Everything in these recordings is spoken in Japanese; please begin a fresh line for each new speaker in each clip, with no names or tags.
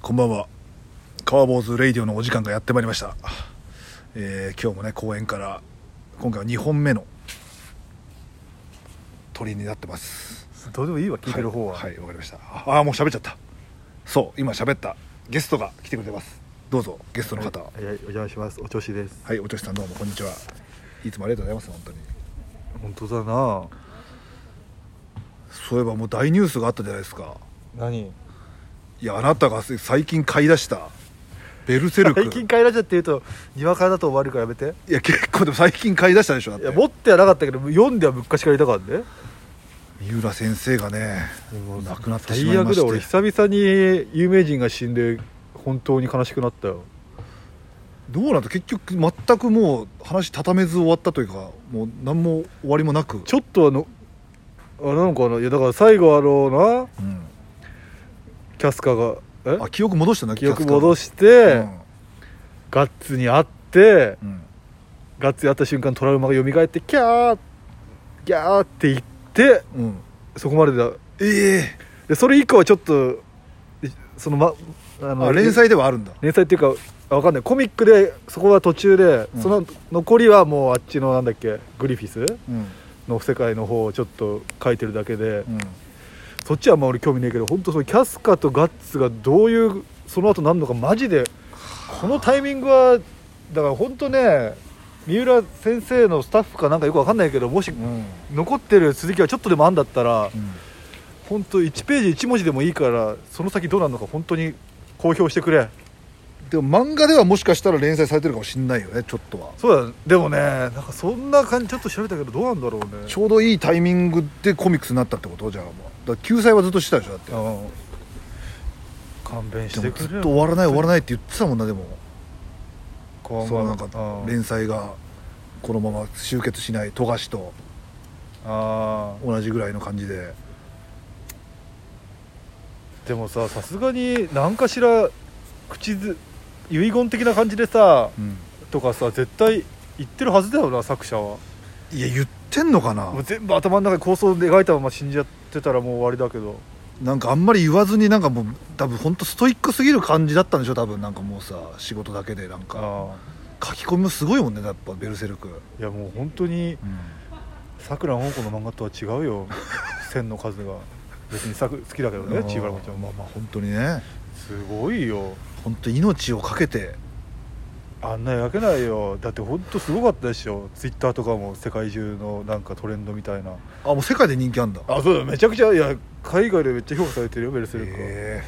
こんばんは。川坊主レイディオのお時間がやってまいりました。えー今日もね、公演から、今回は2本目の鳥になってます。
どうでもいいわ聞いてる方は、
はい、わ、かりました。ああー、もう喋っちゃった。そう、今喋ったゲストが来てくれてます。どうぞ、ゲストの方。は
はいお邪魔しますお調子です
い、おとしさんどうもこんにちは。いつもありがとうございます、本当に。
本当だな
そういえばもう大ニュースがあったじゃないですか。
何
いや、あなたが最近買い出した、ベルセルク。
最近買い出しって言うとにわかだと終わるからやめて
いや、結構でも最近買い出したでしょ、だっ
い
て
や持ってはなかったけど読んでは昔からいたからね
三浦先生がね亡くなってしま
最
いま
悪
して
だ俺久々に有名人が死んで本当に悲しくなったよ
どうなんだ結局全くもう話畳めず終わったというかもう何も終わりもなく
ちょっとあのあれなのかないやだから最後あの
うん
なキャスカがえ
あ記憶戻したな
記憶戻
し
して、ガッツに会って
うん、うん
ガッツに会った瞬間トラウマが蘇ってキャーギャーって言って
うん
そこまでだ
ええ
でそれ以降はちょっとえそのまあ
あ連載ではあるんだ
連載っていうかあわかんないコミックでそこは途中で、
うん
その残りはもうあっちのなんだっけグリフィス
うん
の世界の方をちょっと書いてるだけで、
うん
そっちはあんま俺興味ねえけど本当そのキャスカとガッツがどういうその後なんのかマジでこのタイミングはだから本当ね三浦先生のスタッフかなんかよくわかんないけどもし
うん
残ってる続きがちょっとでもあんだったら、
うん
本当1ページ1文字でもいいからその先どうなるのか本当に公表してくれ
でも漫画ではもしかしたら連載されてるかもしんないよねちょっとは
そうだねでもねなんかそんな感じちょっと調べたけどどうなんだろうね
ちょうどいいタイミングでコミックスになったってことじゃあもうだから救済はずっとしてたでしょだって
うん勘弁して
でも
くれ
ず
よ
っと終わらない終わらないって言ってたもんなでも
こ
そのなんか
うん
連載がこのまま集結しない富樫と
あ
同じぐらいの感じで
ーでもささすがに何かしら口ず遺言的な感じでさ
うん
とかさ絶対言ってるはずだよな作者はい
や言ってんのかな
もう全部頭の中で構想を描いたまま死んじゃってたらもう終わりだけど
なんかあんまり言わずになんかもう多分本当ストイックすぎる感じだったんでしょ多分なんかもうさ仕事だけでなんか
あ
書き込みもすごいもんねやっぱベルセルク、
ーいやもう本当にさくらん香港の漫画とは違う よ線の数が別にさく好きだけどねちばらもちゃん
まあ
も
まあ本当にね
すごいよ
本当命を懸けて
あんな描けないよだってほんとすごかったでしょツイッターとかも世界中のなんかトレンドみたいな
あもう世界で人気あんだ
あそうだめちゃくちゃいや海外でめっちゃ評価されてるよベルセルクは、
へ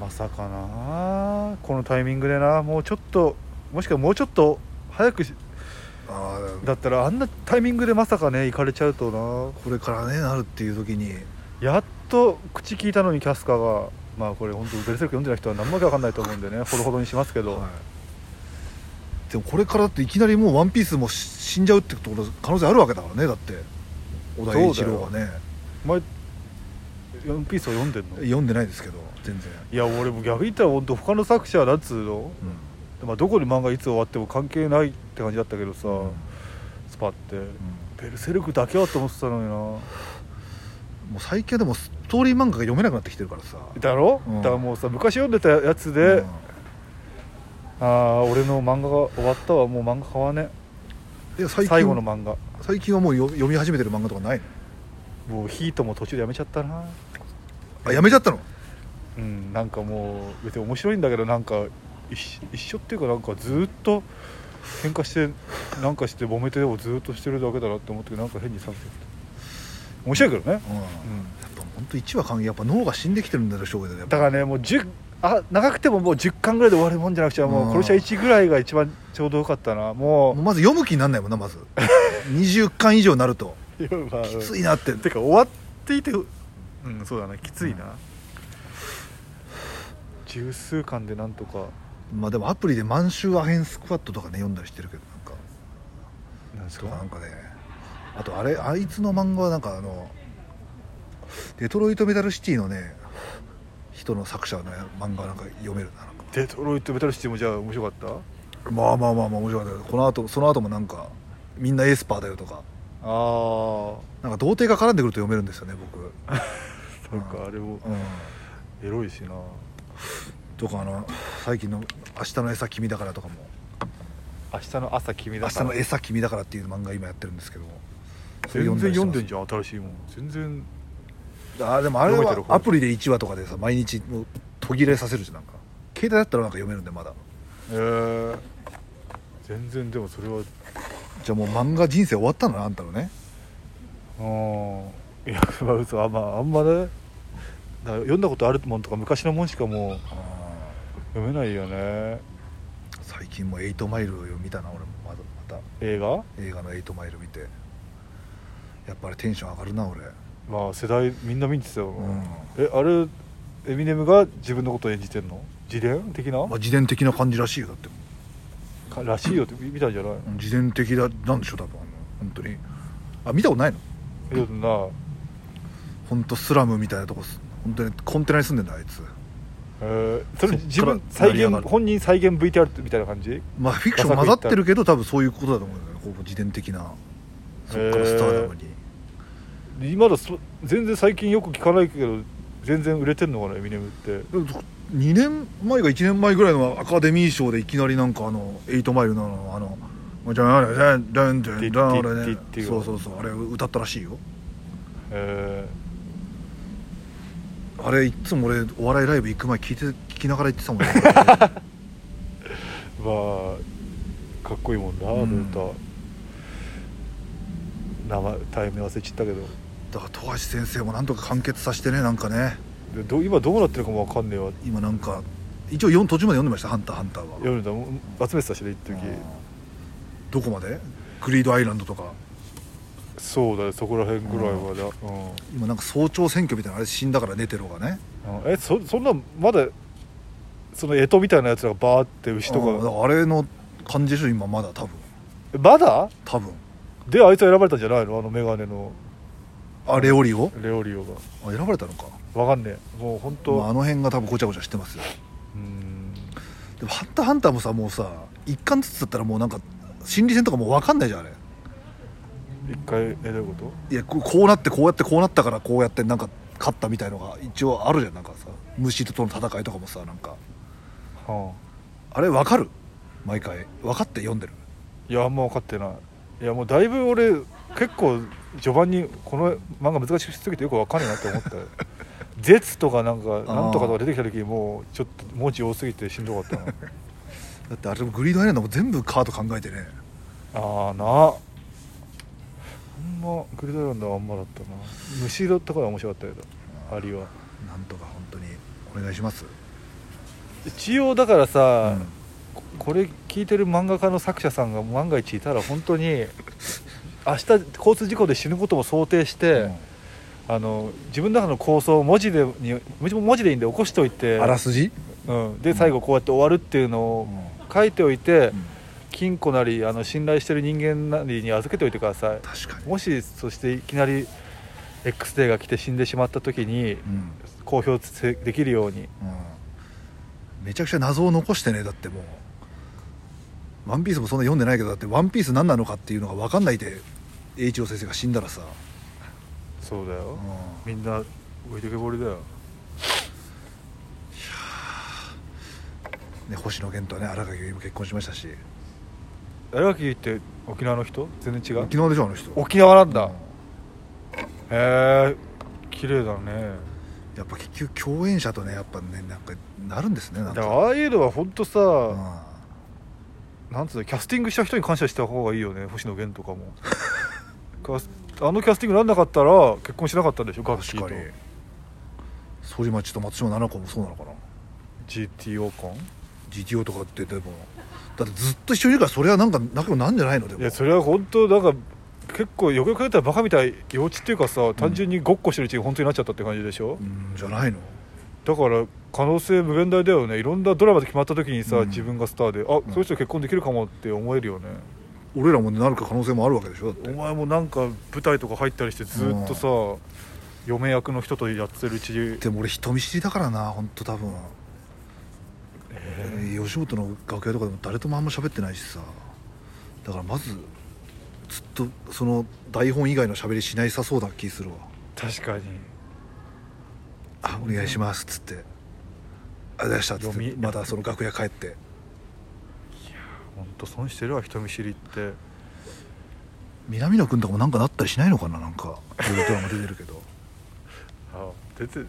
まさかなこのタイミングでなもうちょっともしくはもうちょっと早くし
ーあー
だったらあんなタイミングでまさかね行かれちゃうと
これからねなるっていう時に
なやっと口聞いたのにキャスカーがまあこれ本当ベルセルク読んでない人は何もわけわかんないと思うんでねほどほどにしますけど、
はい、でもこれからだっていきなりもう「ワンピースもし死んじゃうってこと可能性あるわけだからねだって小田栄一郎がね
お前「ワンピースを読んでんの
読んでないですけど全然、
いや俺も逆に言ったら本当他の作者はなんつうの、
う
まあ、どこに漫画いつ終わっても関係ないって感じだったけどさ、
んうん
スパって、ベルセルクだけはと思ってたの
もう最近はでもストーリー漫画が読めなくなってきてるからさ
になだろ、
うん
だからもうさ昔読んでたやつで、
うん
ああ俺の漫画が終わったわもう漫画買わね
いや最近
最後の漫画
最近はもうよ読み始めてる漫画とかないの
もうヒートも途中でやめちゃったな
あやめちゃったの
うんなんかもう別に面白いんだけどなんか一緒一緒っていうかなんかずーっと喧嘩してなんかして揉めてでもずーっとしてるだけだなって思ってなんか変に寒くて面白いけどね、
うん、や
う
っぱ本当1話完結やっぱ脳が死んできてるんだろう翔平だ
ん、だからねもう10あ長くてももう10巻ぐらいで終わるもんじゃなくちゃもう
うん
殺し屋1ぐらいが一番ちょうどよかったな
も
も
うまず読む気になんないもんなま ず20巻以上になると
ういやまあ
きついなって
てか終わっていてうんそうだねきついな、
うん
十数巻でなんとか
まあでもアプリで「満州アヘンスクワット」とかね読んだりしてるけどなんか
なんす
とかなんかねあとあれあいつの漫画はなんかあのデトロイトメダルシティのね人の作者の漫画なんか読めるななんか
デトロイト・メタルシティもじゃあ面白かった
まあまあまあまあ面白かったけどこの後その後もなんかみんなエスパーだよとか
ああ
なんか童貞が絡んでくると読めるんですよね僕、
そうか、
うん
あれも
うん、
エロいしな
とかあの最近の「明日の餌君だから」とかも
明日の朝
「
君
明
だ
日
から
の餌君だから」っていう漫画今やってるんですけどそれ
全然読ん
だりし
でん
て
じゃん新しいもん全然
ますあーでもあれ
読めてる
は
方
アプリで1話とかでさ毎日もう途切れさせるじゃんなんか携帯だったらなんか読めるんでまだ
えー、全然でもそれは
じゃあもう漫画人生終わったんだなあんたのね
うんいやまあ嘘あんまあんまねだから読んだことあるもんとか昔のもんしかもう
あ
読めないよね
ー最近も「エイトマイル」を見たな俺もまだま
映画
た映画の「エイトマイル」見てやっぱりテンション上がるな俺
まあ世代みんな見てたよな、
うん
えあれエミネムが自分のことを演じてんの自伝的な、
まあ、自伝的な感じらしいよだって
らしいよって見たんじゃないの
うん自伝的だなんでしょう多分あの本当にあ見たことないの
えでも
本当スラムみたいなとこす本当にコンテナに住んでんだあいつ
な、えー
そ
それ
っから
自分再
成り上が
現
る
本人再現 VTR みたいな感じ
まあフィクション混ざってるけど多分そういうことだと思うんだよねほぼ自伝的なそっからスターダムに、
今だそ全然最近よく聞かないけど全然売れてんのかなエミネムって
2年前か1年前ぐらいのアカデミー賞でいきなりなんかあの「エイトマイル」のあの「じゃあれねだんだんだんあれ
ティッティッ
ね
ティッティッ
そうそうそうあれ歌ったらしいよ
え
あれいっつも俺お笑いライブ行く前聞いて聞きながら行ってたもんね
ーまあかっこいいもんな、
うん
あの歌名前タイム忘れちったけど
だから富樫先生もなんとか完結させてねなんかね
でど今どうなってるかもわかんねえわ
今なんか一応4途中まで読んでました「ハンターハンターは」
読んだもん集めてたしね一時
どこまでグリードアイランドとか
そうだよそこら辺ぐらいまで、うん
今なんか総長選挙みたいなあれ死んだからネテロがね
うんえそそんなまだその干支みたいなやつらがバーって牛と
うんだ
か
からあれの感じでしょ今まだ多分
まだ
多分
であいつは選ばれたんじゃないのあのメガネの
あレオリオ
レオリオが
あ選ばれたのか、
わかんねえもう本当、
まあ、あの辺が多分ごちゃごちゃしてますよ
うん
でも「ハンターハンター」もさもうさ一巻ずつだったらもうなんか心理戦とかもう分かんないじゃんあれ
一回えどういうこ
いやこうこうなってこうやってこうなったからこうやってなんか勝ったみたいのが一応あるじゃんなんかさ虫との戦いとかもさなんか
と、は
あれ分かる毎回分かって読んでる
あ、いやあんま分かってないいやもうだいぶ俺結構序盤にこの漫画難しすぎてよくわかんねえなっ て思ったよ絶とかなんかなんとかとか出てきた時もうちょっと文字多すぎてしんど かったな
だってあれもグリードアイランドも全部カード考えてね
ああなあんまグリドランドはあんまだったな虫色とかは面白かったけどアリは
なんとか本当にお願いします
一応だから
う
さ、
ん
ここれ聞いてる漫画家の作者さんが万が一いたら本当に明日交通事故で死ぬことも想定して、あの自分の中の構想を文字でに文字でいいんで起こしておいて
あらすじ、
うん、で最後こうやって終わるっていうのを書いておいて、金庫なりあの信頼してる人間なりに預けておいてください
確かに、
もしそしていきなり X デーが来て死んでしまった時に
うん
公表せできるよう
う
に
んめちゃくちゃ謎を残してねだってもう「ワンピースもそんな読んでないけどだって「ワンピース何なのかっていうのが分かんないで栄一郎先生が死んだらさ、
そうだよ、
うん
みんな置いてけぼりだよ
ね、星野源とね荒垣結衣も結婚しましたし
荒木って沖縄の人全然違う
沖縄でしょあの人
沖縄なんだ、
うん
へえ綺麗だね
やっぱ結局共演者とねやっぱねなんかなるんですねな
だ
ん
か
から
ああいうのは本当さ、
うん
なんつうのキャスティングした人に感謝した方がいいよね星野源とかも キャスあのキャスティングなんなかったら結婚しなかったんでしょガッシ
確
ー
か
と
に反町と松島奈々子もそうなのかな
GTO 感
GTO とかってでもだってずっと一緒にいるからそれはなんか仲良くなんじゃないのでも
いやそれは本当なんか結構よくよく考えたらバカみたい幼稚っていうかさ単純にごっこしてるうちに本当になっちゃったって感じでしょ、
うんじゃないの
だから可能性無限大だよねいろんなドラマで決まった時にさ、
うん
自分がスターであ、そういう人結婚できるかもって思えるよね
俺らもなる可能性もあるわけでしょだって
お前もなんか舞台とか入ったりしてずっとさ、嫁役の人とやってるうちに
でも俺人見知りだからな本当多分、えー吉本の楽屋とかでも誰ともあんま喋ってないしさだからまずずっとその台本以外の喋りしないさそうな気するわ
確かに
「あお願いします」っつってありがとうございました」っつ
読
っ
み
てまたその楽屋帰って
本当損してるわ人見知りって
南野君とかもなんかなったりしないのかななんかいろいろドラマ出てるけど
あ出てるの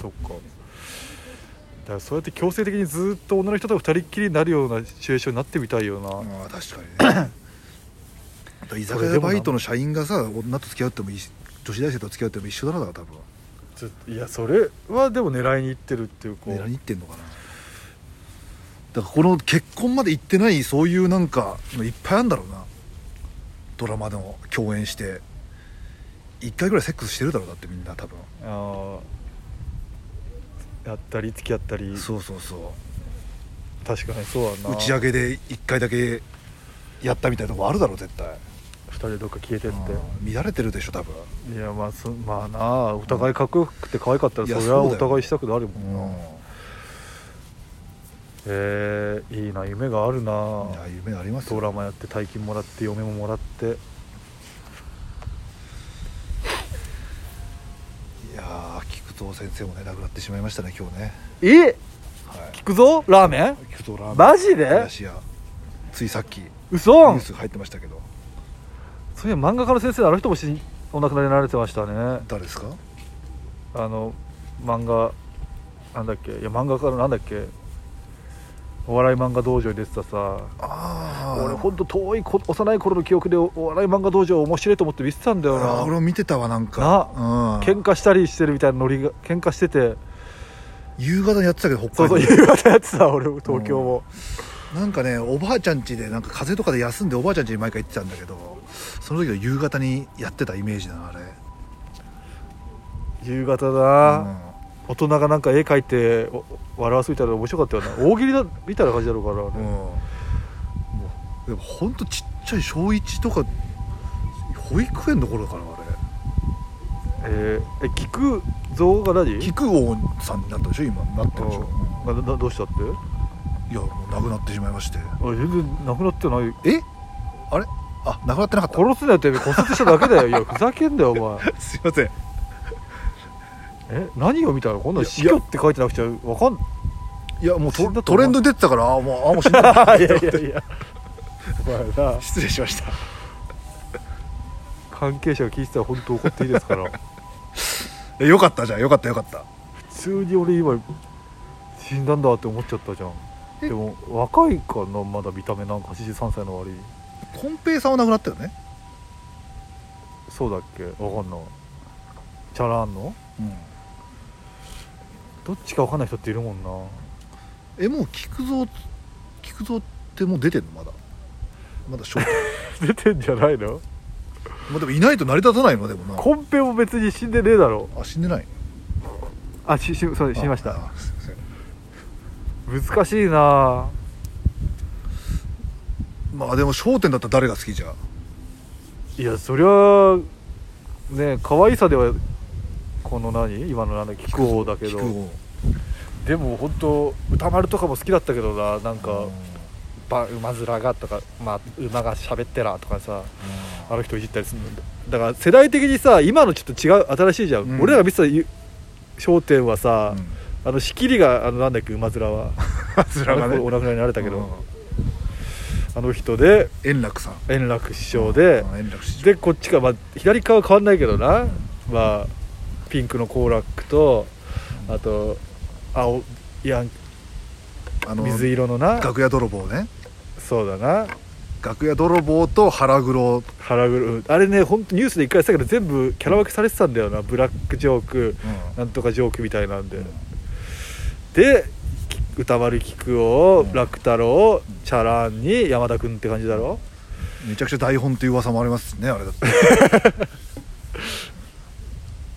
そっかだからそうやって強制的にずっと女の人と二人っきりになるようなシチュエーションになってみたいよな、
まあ確か にねあと居酒屋バイトの社員がさ女と付き合ってもいいし女子大生と付き合っても一緒だなだから多分
ずっといやそれはでも狙いにいってるっていうこう
狙いに行ってんのかなだからこの結婚まで行ってないそういうなんかのいっぱいあるんだろうなドラマでも共演して1回ぐらいセックスしてるだろうだってみんな多分
あーやったり付き合ったり
そうそうそ
確かにそうだ
う
な
打ち上げで1回だけやったみたいなとこあるだろう絶対
二人でどっか消えてっ
うん乱れてるでしょ多分
ていやまあそまあなあお互いかっこよくて可愛かったら
いや
それは
そうだ
お
よ
互いしたくなるもんな、へ
う
えいいな夢があるなん
いや夢あります
ドラ
よ
マやって大金もらって嫁ももらって
いやー菊藤先生もね亡くなってしまいましたね今日ね
え
はい
聞くぞラーメン
菊藤ラーメン
マジで
林家ついさっきニ
嘘
ュース入ってましたけど
そういや漫画家の先生あの人も死にお亡くなりになられてましたね
誰ですか
あの漫画なんだっけいや漫画家のなんだっけお笑い漫画道場に出てたさ
ああ
俺ほんと遠いこ幼い頃の記憶でおお笑い漫画道場面白いと思って見てたんだよ
あー俺も
な
見てたわなんか、うん、
喧嘩したりしてるみたいなノリが喧嘩してて
夕方にやってたけど
そ
北
うそう
海
夕
道
方やってた 俺東京も、
なんかねおばあちゃん家でなんか風邪とかで休んでおばあちゃん家に毎回行ってたんだけどその時の夕方にやってたイメージだなあれ
夕方だ、大人がなんか絵描いてお笑わすみたいなの面白かったよな大喜利だみたいな感じだろうからあ
う
れ
ん、うん、もうでもほんとちっちゃい小1とか保育園の頃だからあ
えーえ菊蔵が何
れ菊王さんになったでしょ今なってるでしょ、
うんななどうしたって
いやもう亡くなってしまいまして
あ全然なくなってない
えあれあ亡くなってなかった
殺すなよてめえ骨折しただけだ よいやふざけんなよお 前
すいません
え何を見たのこんなの
いや
死去って書いてなくちゃわかん
いやもう
死
ト
んだと
ト
思う
レンドに出てたからあーもうあーもう死んだ
いやいやいやお前な
失礼しました
関係者が聞いてたら本当怒っていいですから 普
えよかったじゃあよかったよかった
通に俺今死んだんだって思っちゃったじゃん
え
でも若いかなまだ見た目なんか83歳の割に
こん平さんは亡くなったよね
そうだっけわかんないチャラあんの
うん
どっちかわかんない人っているもんな
えもう菊蔵菊蔵ってもう出てんのまだまだショート
出てんじゃないの
まあでもいないと成り立たないのでもな
コンペも別に死んでねえだろ
あ死んでない
あししそう死にまし
あ
た
あすいません
難しいな
まあでも『笑点』だったら誰が好きじゃ
いやそりゃね可愛さではこの何今のなんだ菊王だけ
菊
ど
を
でも本当歌丸とかも好きだったけどななんかば馬面がとか、まあ、馬が喋ってらとかさあの人いじったりするんだだから世代的にさ今のちょっと違う新しいじゃん、
うん
俺らが見てたゆ『笑点』はさ、
うん
あの仕切りがあのなんだっけ馬面は
面がね
あの子お亡くなりになれたけど、
うん
あの人で
円楽さん
円楽師匠で、
うん円楽師匠
でこっちか、まあ、左側は変わんないけどな、まあ、ピンクの好楽とあと青いや
あの
水色のな
楽屋泥棒ね
そうだな
楽屋泥棒と腹黒
腹黒うんあれね本当ニュースで一回やってたけど全部キャラ分けされてたんだよなブラックジョークなんとかジョークみたいなんで、でき歌丸菊を、
うん
楽太郎チャランに山田君って感じだろ
めちゃくちゃ台本っていう噂もありますしねあれだって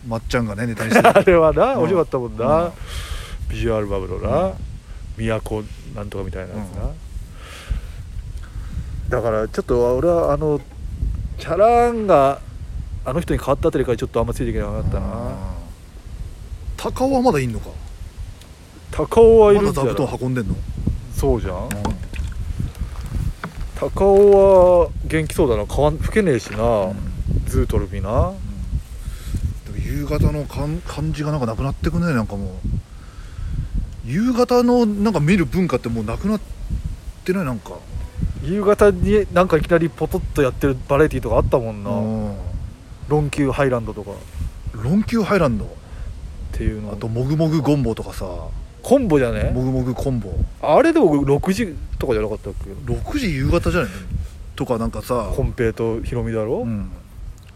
まっちゃんがねネタにして
あ
た
れはな、
うん
面白かったもんな、
うん
ビジュアルバムのな、都なんとかみたいなやつな、
うん
だからちょっと俺はあのチャランがあの人に変わったあたりからちょっとあんまついていけなかったな
高尾はまだいんのか
高尾はい
ま
る
だ
んじゃ
座
な
布団
い
運んでんの
そうじゃん高尾は元気そうだな変わん老けねえしな、ズートルビな
でも夕方の感感じがなんかなくなってくねなんかもう夕方のなんか見る文化ってもうなくなってないなんか
夕方になんかいきなりポトッとやってるバラエティーとかあったもんな、
うん
ロンキューハイランドとかっ
ロンキューハイランド
ていうの
あともぐもぐゴンボとかさも
コンボじゃね
ぐもぐコンボ
あれでも6時とかじゃなかったっけ
6時夕方じゃないのとかなんかさ、
コンペイとヒロミだろ、
うん、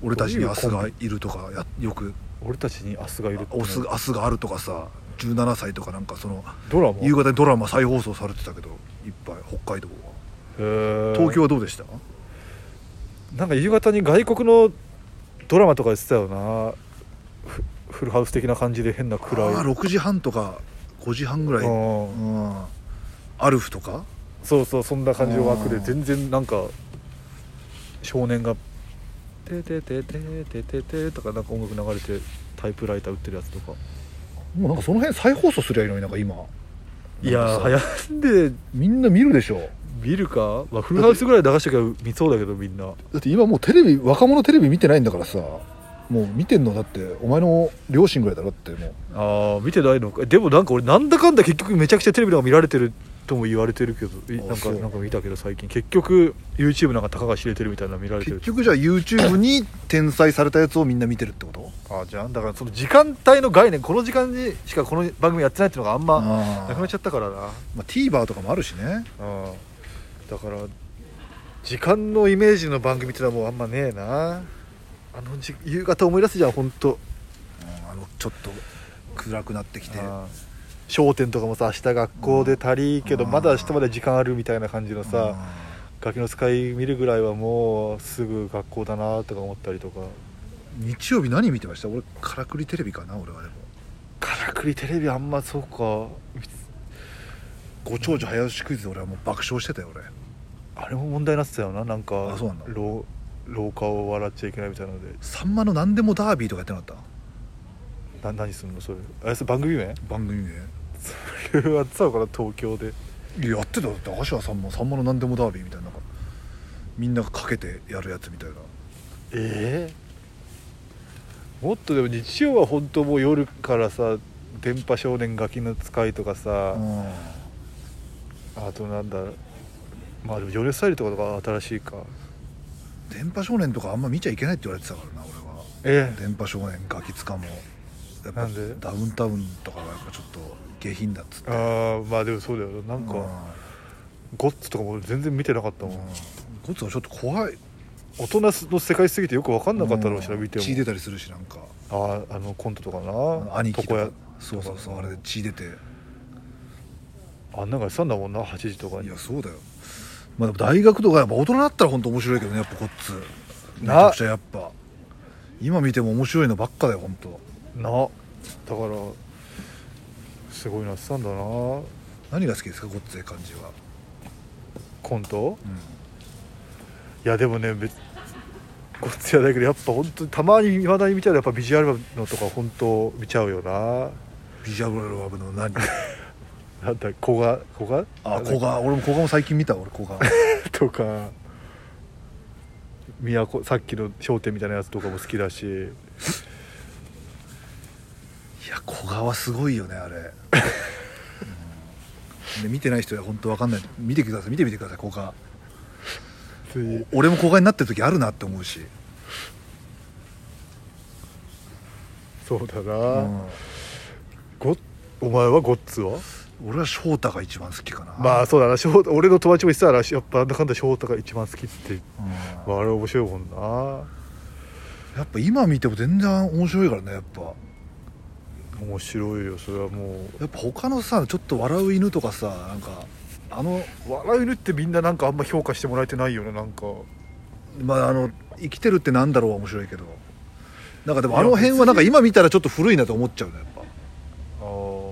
俺たちに明日
どういうコ
が
ン
いるとかやよく
俺たちに明日がいるってね
おす明日があるとかさ17歳とかなんかその
ドラマ
夕方にドラマ再放送されてたけどいっぱい北海道は東
東
京はどうでした
なんか夕方に外国のドラマとかやってたよなフフルハウス的な感じで変な暗い
ああ6時半とか5時半ぐらい、うん、
うん
アルフとか
そうそうそんな感じの枠
う
で
ん
全然なんか少年が「ててててててて」とかなんか音楽流れてタイプライター打ってるやつとか
もうなんかその辺再放送すりゃいいのになんか今
いやー流行んで
みんな見るでしょ
見るか、まあ、フルハウスぐらい流しときゃ見そうだけどみんな
だって今もうテレビ若者テレビ見てないんだからさもう見てんのだってお前の両親ぐらいだろだってもう
ああ見てないのかでもなんか俺なんだかんだ結局めちゃくちゃテレビが見られてるとも言われてるけどい
あ
なんか
そう
なんか見たけど最近結局 YouTube なんかたかが知れてるみたいなの見られて
結
る
局じゃあ YouTube に転載されたやつをみんな見てるってこと
ああじゃあだからその時間帯の概念この時間にしかこの番組やってないっていうのがあんま
あ
なくなっちゃったからな
まあ、TVer とかもあるしね
うんだから時間のイメージの番組ってのはもうあんまねえなあのじ夕方思い出すじゃん本当
うんあのちょっと暗くなってきて
あー商店とかもさ明日学校で足りいけど
うん
まだ明日まで時間あるみたいな感じの
うん
さガキの使い見るぐらいはもうすぐ学校だなとか思ったりとか
日曜日何見てました俺からくりテレビかな俺はでも
からくりテレビあんまそうか
ご長寿早押しクイズで俺はもう爆笑してたよ俺
あれも問題になってたよななんか
あそうなんだ
廊廊下を笑っちゃいけないみたいなので
さんまの何でもダービーとかやってなかっ
な何すんのそれあれそれ番組名
た番組
それはやってたのかな東京で
でいややってたよだって明石家さんまさんまの何でもダービーみたいななんかみんながかけてやるやつみたいな
ええもっとでも日曜は本当もう夜からさ電波少年ガキの使いとかさ、
うん
あとなんだまあでもヨネスタイルとかとか新しいか
電波少年とかあんま見ちゃいけないって言われてたからな俺は
え
電波少年ガキつかもやっぱ
なんで
ダウンタウンとかがやっぱちょっと下品だっつって
あーまあでもそうだよななんか、ゴッツとかも全然見てなかった
うん
もん、
こいつはちょっと怖い
大人の世界すぎてよく分かんなかったろうしな、
うん
見ても
血出たりするしなんか
あああのコントとか
あの
な
兄貴と
床屋
か
とか
そうそうそうあれで血出て
あんなんかしたんだもんな8時とか
い
に
やそうだよまあでも大学とかやっぱ大人になったら本当面白いけどねやっぱこっつめち
な
ゃくちゃやっぱ今見ても面白いのばっかだよ本当
なだからすごいなってたんだな
何が好きですかこっつえ感じは、
コント
うん
いやでもね別ごっつやだけどやっぱ本当にたまにいまだに見ちゃうやっぱビジュアルのとか本当見ちゃうよな
ビジュアルラブの 何
なんだ古賀古賀
あ古賀俺も古賀も最近見た俺古賀
とか都さっきの『笑点』みたいなやつとかも好きだし
いや古賀はすごいよねあれ、うんで見てない人は本当わかんない見てください見てみてください古賀
つい
俺も古賀になってる時あるなって思うし、
そうだな、
うん
ごお前はゴッツは
俺は翔太が一番好きかな
まあそうだな翔太俺の友達も言ってたらやっぱなんだかんだ翔太が一番好きって、
うん
まあ、あれ面白いもんな
やっぱ今見ても全然面白いからねやっぱ
面白いよそれはもう
やっぱ他のさちょっと笑う犬とかさなんかあの
笑う犬ってみんななんかあんま評価してもらえてないよねなんか
まああの生きてるってなんだろうは面白いけどなんかでもあの辺はなんか今見たらちょっと古いなと思っちゃうねやっぱ
あー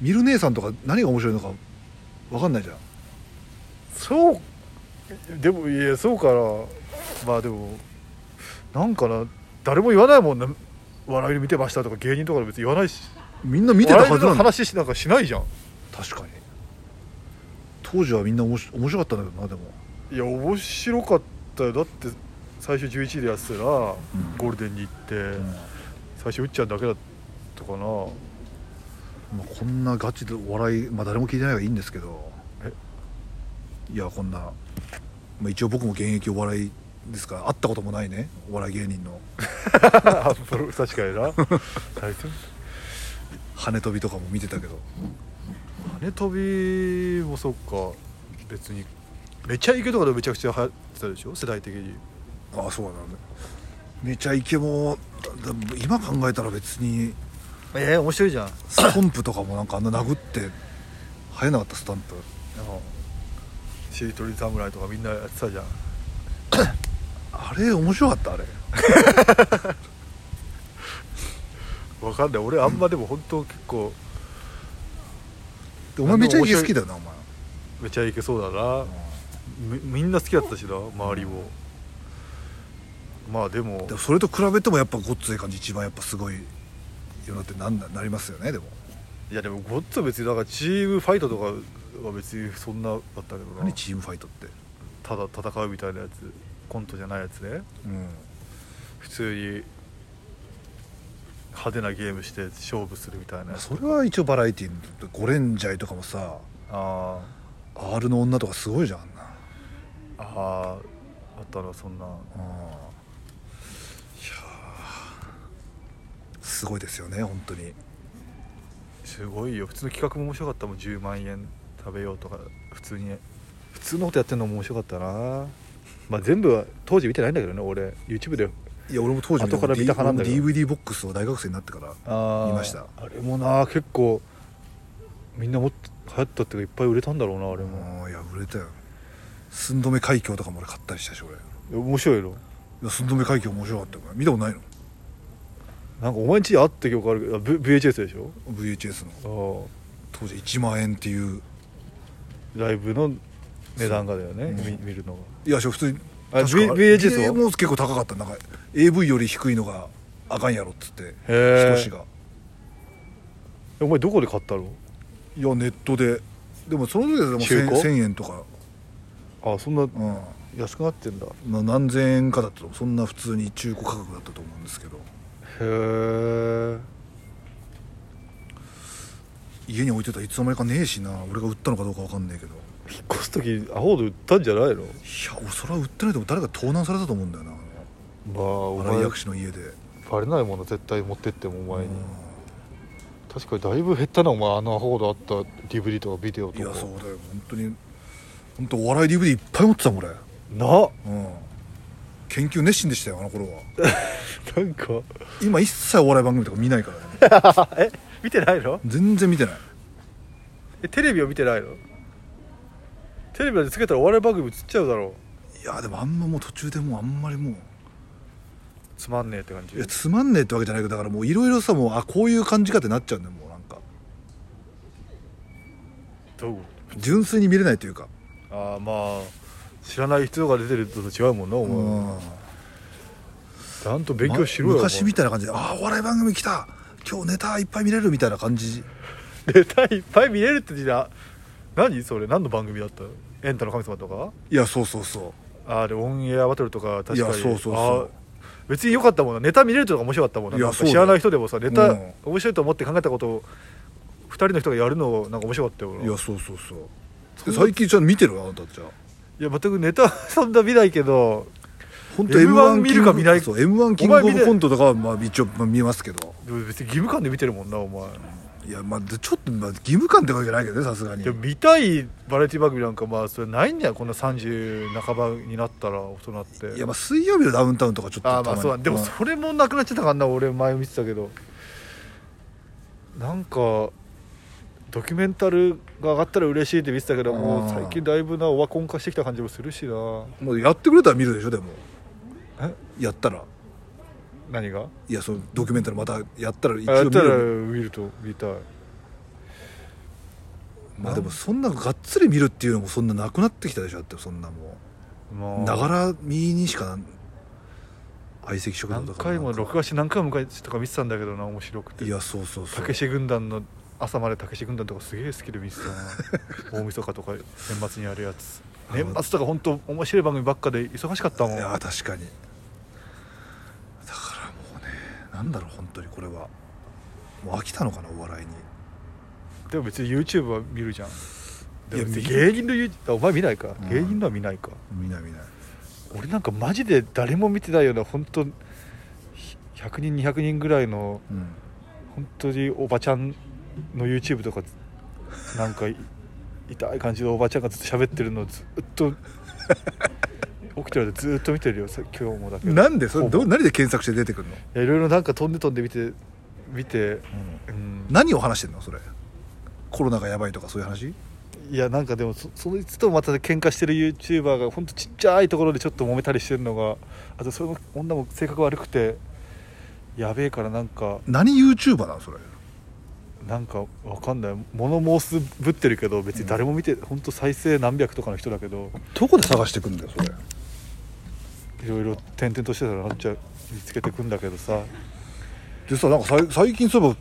ミル姉さんとか何が面白いのかわかんないじゃん
そうでもいやそうかなまあでもなんかな誰も言わないもんね笑い犬見てましたとか芸人とかで別に言わないし
みんな見てたはず
笑い
な
犬の
んだ
話しなんかしないじゃん
確かに当時はみんな面白面白かったんだけどなでも
いや面白かったよだって最初11位でやってたら、
ん
ゴールデンに行って、
うん
最初打っちゃうだけだったかな
まあ、こんなガチでお笑い、まあ、誰も聞いてないからいいんですけど
え
いやこんな、まあ、一応僕も現役お笑いですから会ったこともないねお笑い芸人の
プロ確かにな最初
羽飛びとかも見てたけど
羽飛びもそっか別にめちゃイケとかでめちゃくちゃ流行ってたでしょ世代的に
ああそうだねめちゃイケもだだ今考えたら別に
ええ面白いじゃん
スタンプとかもなんかあんな殴って流行んなかったスタンプ
しりとり侍とかみんなやってたじゃん
あれ面白かったあれ
わかんない俺あんまでも本当結構
でお前めちゃイケ好きだよなお前
めちゃイケそうだなみみんな好きだったしな周りもまあでも
でもそれと比べてもやっぱごっつい感じ一番やっぱすごいよなってなんだなりますよねでも
いやでもごっつは別になんかチームファイトとかは別にそんなだったけどな
何チームファイトって
ただ戦うみたいなやつコントじゃないやつね
うん
普通に派手なゲームして勝負するみたいな
ま
や
あ
つ
それは一応バラエティーにとってゴレンジャイとかもさ
あ
R の女とかすごいじゃんあんな
ーあーあったなそんな
うんいやーすごいですよね本当に
すごいよ普通の企画も面白かったもん10万円食べようとか普通に普通のことやってるのも面白かったなまあ全部は当時見てないんだけどね俺 YouTube で
いや俺も当時
後から見た派なんだけど
DVD ボックスを大学生になってから
あー
見ました
あれもな結構みんなもっと流行ったっていうかいっぱい売れたんだろうなあれも
うんいや売れたよ寸止め海峡とかも俺買ったりしたし俺い
面白いの
や寸止め海峡面白かったよこれ見たことないの
なんかお前んちにあった記憶あるけどあ V- VHS でし
VHS の
ょ
当時1万円っていう
あーライブの値段がだよね、
そう
み見るのが
いや普通に
あ
確か
V- VHS は
VHS も結構高かったなんか AV より低いのがあかんやろっつって
へー
人志が
えお前どこで買ったの
いやネットででもその時はでも
中
1000,
古
1000円とか、
あーそんな
う
安くなってんだへ
ん、な何千円かだったとそんな普通に中古価格だったと思うんですけど
え
家に置いてたらいつの間にかねえしな俺が売ったのかどうかわかんねえけどい
引っ越す時アホード売ったんじゃないの
や俺それは売ってないと思う誰か盗難されたと思うんだよな
まあお
荒井
前
薬師の家で
バレないもの絶対持ってってもお前に、確かにだいぶ減ったなお前あのアホードあった DVD とかビデオ
い
と
や
か
そうだよ本当に本当お笑い DVD いっぱい持ってたもん俺、うん、
な
研究熱心でしたよあの頃は
なんか
今一切お笑い番組とか見ないからね
え見てないの
全然見てない
えテレビは見てないのテレビでつけたらお笑い番組映っちゃうだろう
いやでもあんまもう途中でもうあんまりもう
つまんねえって感じ
いやつまんねえってわけじゃないけどだからもういろいろさもうあこういう感じかってなっちゃうんだよもうなんか
どう
純粋に見れないというか
ああまあ知らない人が出てるのと違うもんなお
う
前、
ん
ちゃんと勉強しろよ、
ま
お前
昔みたいな感じでああお笑い番組来た今日ネタいっぱい見れるみたいな感じ
ネタいっぱい見れるって時代何それ何の番組だったエンタの神様とか
いやそうそうそ
ああでオンエアバトルとか確かに
いやそうそうそう
あ別に良かったもんなネタ見れるとか面白かったもんない
や
なんか
そうだ
知
よ
らない人でもさネタ、
うん
面白いと思って考えたことを2人の人がやるのなんか面白かったよ
うい
いや
やそうそうそうえ最近ちゃんと見てるあなたじゃあ
全くネタそんな見ないけど
本当
M1
M1
見るか見ないか
そう M1 キングオブコントとかはまあ一応まあ見ますけど
でも別に義務感で見てるもんなお前、
いやまあでちょっとまあ義務感ってわけじゃないけどねさすがに
でも見たいバラエティ番組なんかまあそれないんだよこんな30半ばになったら大人って
いやまあ水曜日のダウンタウンとかちょっと
あー
た
まあ
に
そうだでも
ん
それもなくなっちゃったからな俺前見てたけどなんかドキュメンタルが上がったら嬉しいって見てたけども
あ
う
ー
最近だいぶなオワコン化してきた感じもするしな
もうやってくれたら見るでしょでも
え
やったら
何が
いやそのドキュメンタリーまたやったら一
あや
応
っ
見
たら
る
見ると見たい
まあでもそんながっつり見るっていうのもそんななくなってきたでしょだってそんなも
ま
うながら見にしか相席食堂
何
とか
回も
なんか
録画して何回も昔とか見てたんだけどな面白くて
いやそうそうそ
た
う
けし軍団の朝までたけし軍団とかすげえ好きで見てたな大晦日とか年末にやる やつ年末とか本当面白い番組ばっかで忙しかったもん
いや確かにだからもうねなんだろう本当にこれはもう飽きたのかなお笑いに
でも別に YouTube は見るじゃんでも別に
いや見る
芸人の YouTube あお前見ないか、
うん
芸人のは見ないか
見ない見ない
俺なんかマジで誰も見てないような本当ひ100人200人ぐらいの
うん
本当におばちゃんの YouTube とかなんかい痛い感じのおばちゃんがずっと喋ってるのをずっと起きてる間ずっと見てるよさ今日もだけど
なんでそれ
ほぼ
ど何で検索して出てくるの、
いやいろいろなんか飛んで飛んで見て見て、うん、
何を話してんのそれコロナがやばいとかそういう話
いやなんかでもそそいつとまた喧嘩してる YouTuber がほんとちっちゃいところでちょっと揉めたりしてるのがあとその女も性格悪くてやべえからなんか
何 YouTuber なのそれ
なんかわかんない物申すぶってるけど別に誰も見て、ほんと再生何百とかの人だけど
どこで探してくんだよそれ
いろいろ転々としてたらなっちゃう見つけてくんだけどさ
でさなんかさい最近そういえば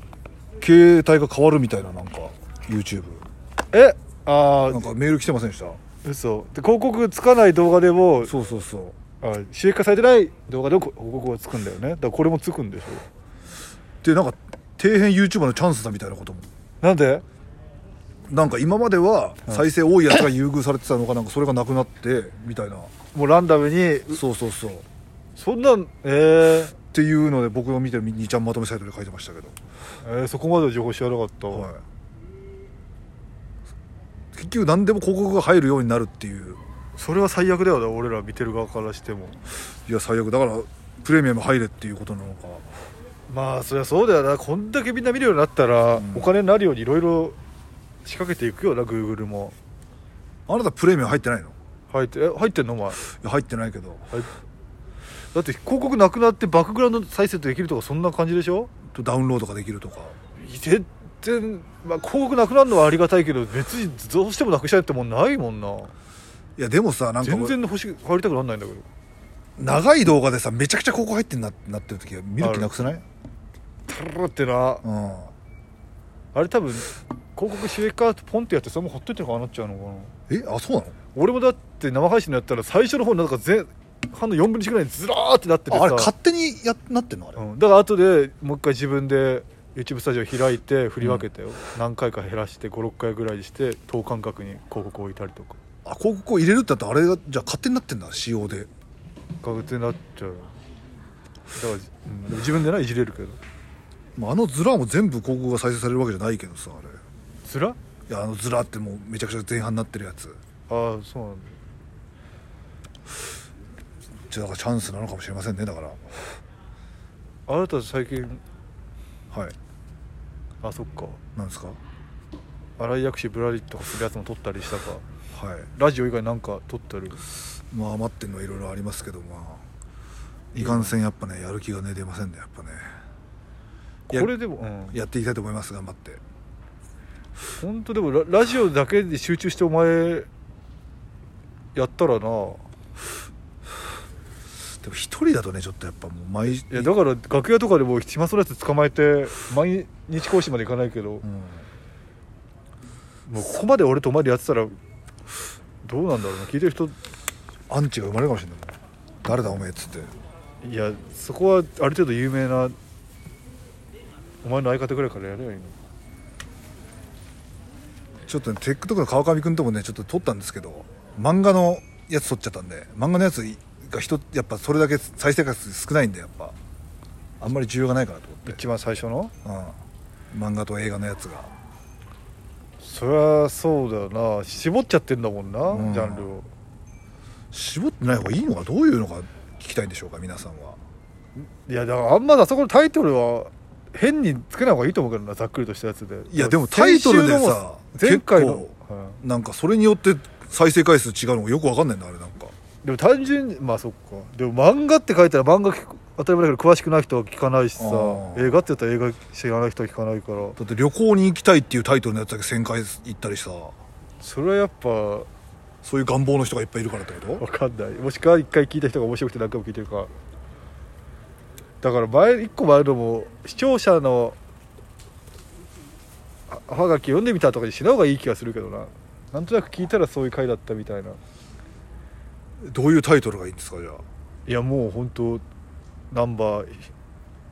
携帯が変わるみたいななんか YouTube
えあ
なん
あ
かメール来てませんでした
嘘で広告つかない動画でも
そうそうそう
あ収益化されてない動画でも広告がつくんだよねだからこれもつくんでしょ
でなんか底辺 YouTuber のチャンスだみたいなことも
なんで
なんか今までは再生多いやつが優遇されてたのがなんかそれがなくなってみたいな
もうランダムに
そうそうそうっ
そんなんえー
ていうので僕が見てる2ちゃんまとめサイトで書いてましたけど
えーそこまでの情報知らなかったわ、
はい、結局何でも広告が入るようになるっていう
それは最悪だよな俺ら見てる側からしても
いや最悪だからプレミアム入れっていうことなのか
まあそりゃそうだよなこんだけみんな見るようになったら、
ん
お金になるようにいろいろ仕掛けていくよなグーグルも
あなたプレミアム入ってないのい
入ってえ入ってんのお前、
や入ってないけど
入っだって広告なくなってバックグラウンド再生できるとかそんな感じでしょ
ダウンロードができるとか
全然、まあ、広告なくなるのはありがたいけど別にどうしてもなくしたいってもんないもんない
やでもさなんか
全然星入りたくなんないんだけど
長い動画でさめちゃくちゃ広告入ってんなってなってる時は見る気なくせない
タララってな
うん
あれ多分広告収益化ってポンってやってそのままほっといてるからああなっちゃうのかな
えあそうなの
俺もだって生配信のやったら最初の方なんか前半の4分の1ぐらいにずらーってなってて
あ
さ
あれ勝手にやなってんのあれ、
うん、だから後でもう一回自分で YouTube スタジオ開いて振り分けてよ、何回か減らして56回ぐらいにして等間隔に広告を置いたりとか
あ広告を入れるってなったらあれがじゃあ勝手になってんだ仕様で
確定になっちゃうよだから、うん、でも自分でないじれるけど
まああのズラも全部広告が再生されるわけじゃないけどさあれ
ずらあ
いやあのズラってもうめちゃくちゃ前半になってるやつ
あそうなんだ
じゃあだからチャンスなのかもしれませんねだからは
あなた最近
い
あそっか
なんですか
荒井薬師ぶらりとかするやつも撮ったりしたか
はい
ラジオ以外なんか撮ってる
まあ余ってんのはいろいろありますけどまあいかんせんやっぱねやる気がね出ませんねやっぱねいや
これでも、うん、
やっていきたいと思います頑張って
本当でもララジオだけで集中してお前やったらな
でも一人だとねちょっとやっぱもう毎日
いやだから楽屋とかでも暇そうなやつ捕まえて毎日講師まで行かないけど、も
うん
うここまで俺とお前でやってたらどうなんだろうな聞いてる人
アンチが生まれるかもしれないもん誰だおめえっつって
いやそこはある程度有名なお前の相方ぐらいからやればいいの
ちょっとね TikTok の川上くんともねちょっと撮ったんですけど漫画のやつ撮っちゃったんで漫画のやつが人やっぱそれだけ再生回数少ないんでやっぱあんまり需要がないかなと思って、
一番最初の
うん、漫画と映画のやつが
そりゃそうだよな絞っちゃってんだもんな、
うん
ジャンルを
絞ってない方がいいのかどういうのが聞きたいんでしょうか皆さんはい
やだからあんまだそこのタイトルは変につけない方がいいと思うけどなざっくりとしたやつで
いやでもタイトルでさ
先週のも前回の
結、なんかそれによって再生回数違うのがよくわかんないんだあれなんか
うんでも単純にまあそっかでも漫画って書いたら漫画聞く当たり前だけど詳しくない人は聞かないしさ
あー
映画って言ったら映画知らない人は聞かないから
だって旅行に行きたいっていうタイトルのやつだけ1000回行ったりさ
それはやっぱわ
そういう願望の人がいっぱいいるからってこと
かんないもしくは一回聞いた人が面白くて何回も聞いてるかだから前一個前のも視聴者のああはがき読んでみたとかにしない方がいい気がするけどななんとなく聞いたらそういう回だったみたいな
どういうタイトルがいいんですかじゃあ
いやもう本当ナンバー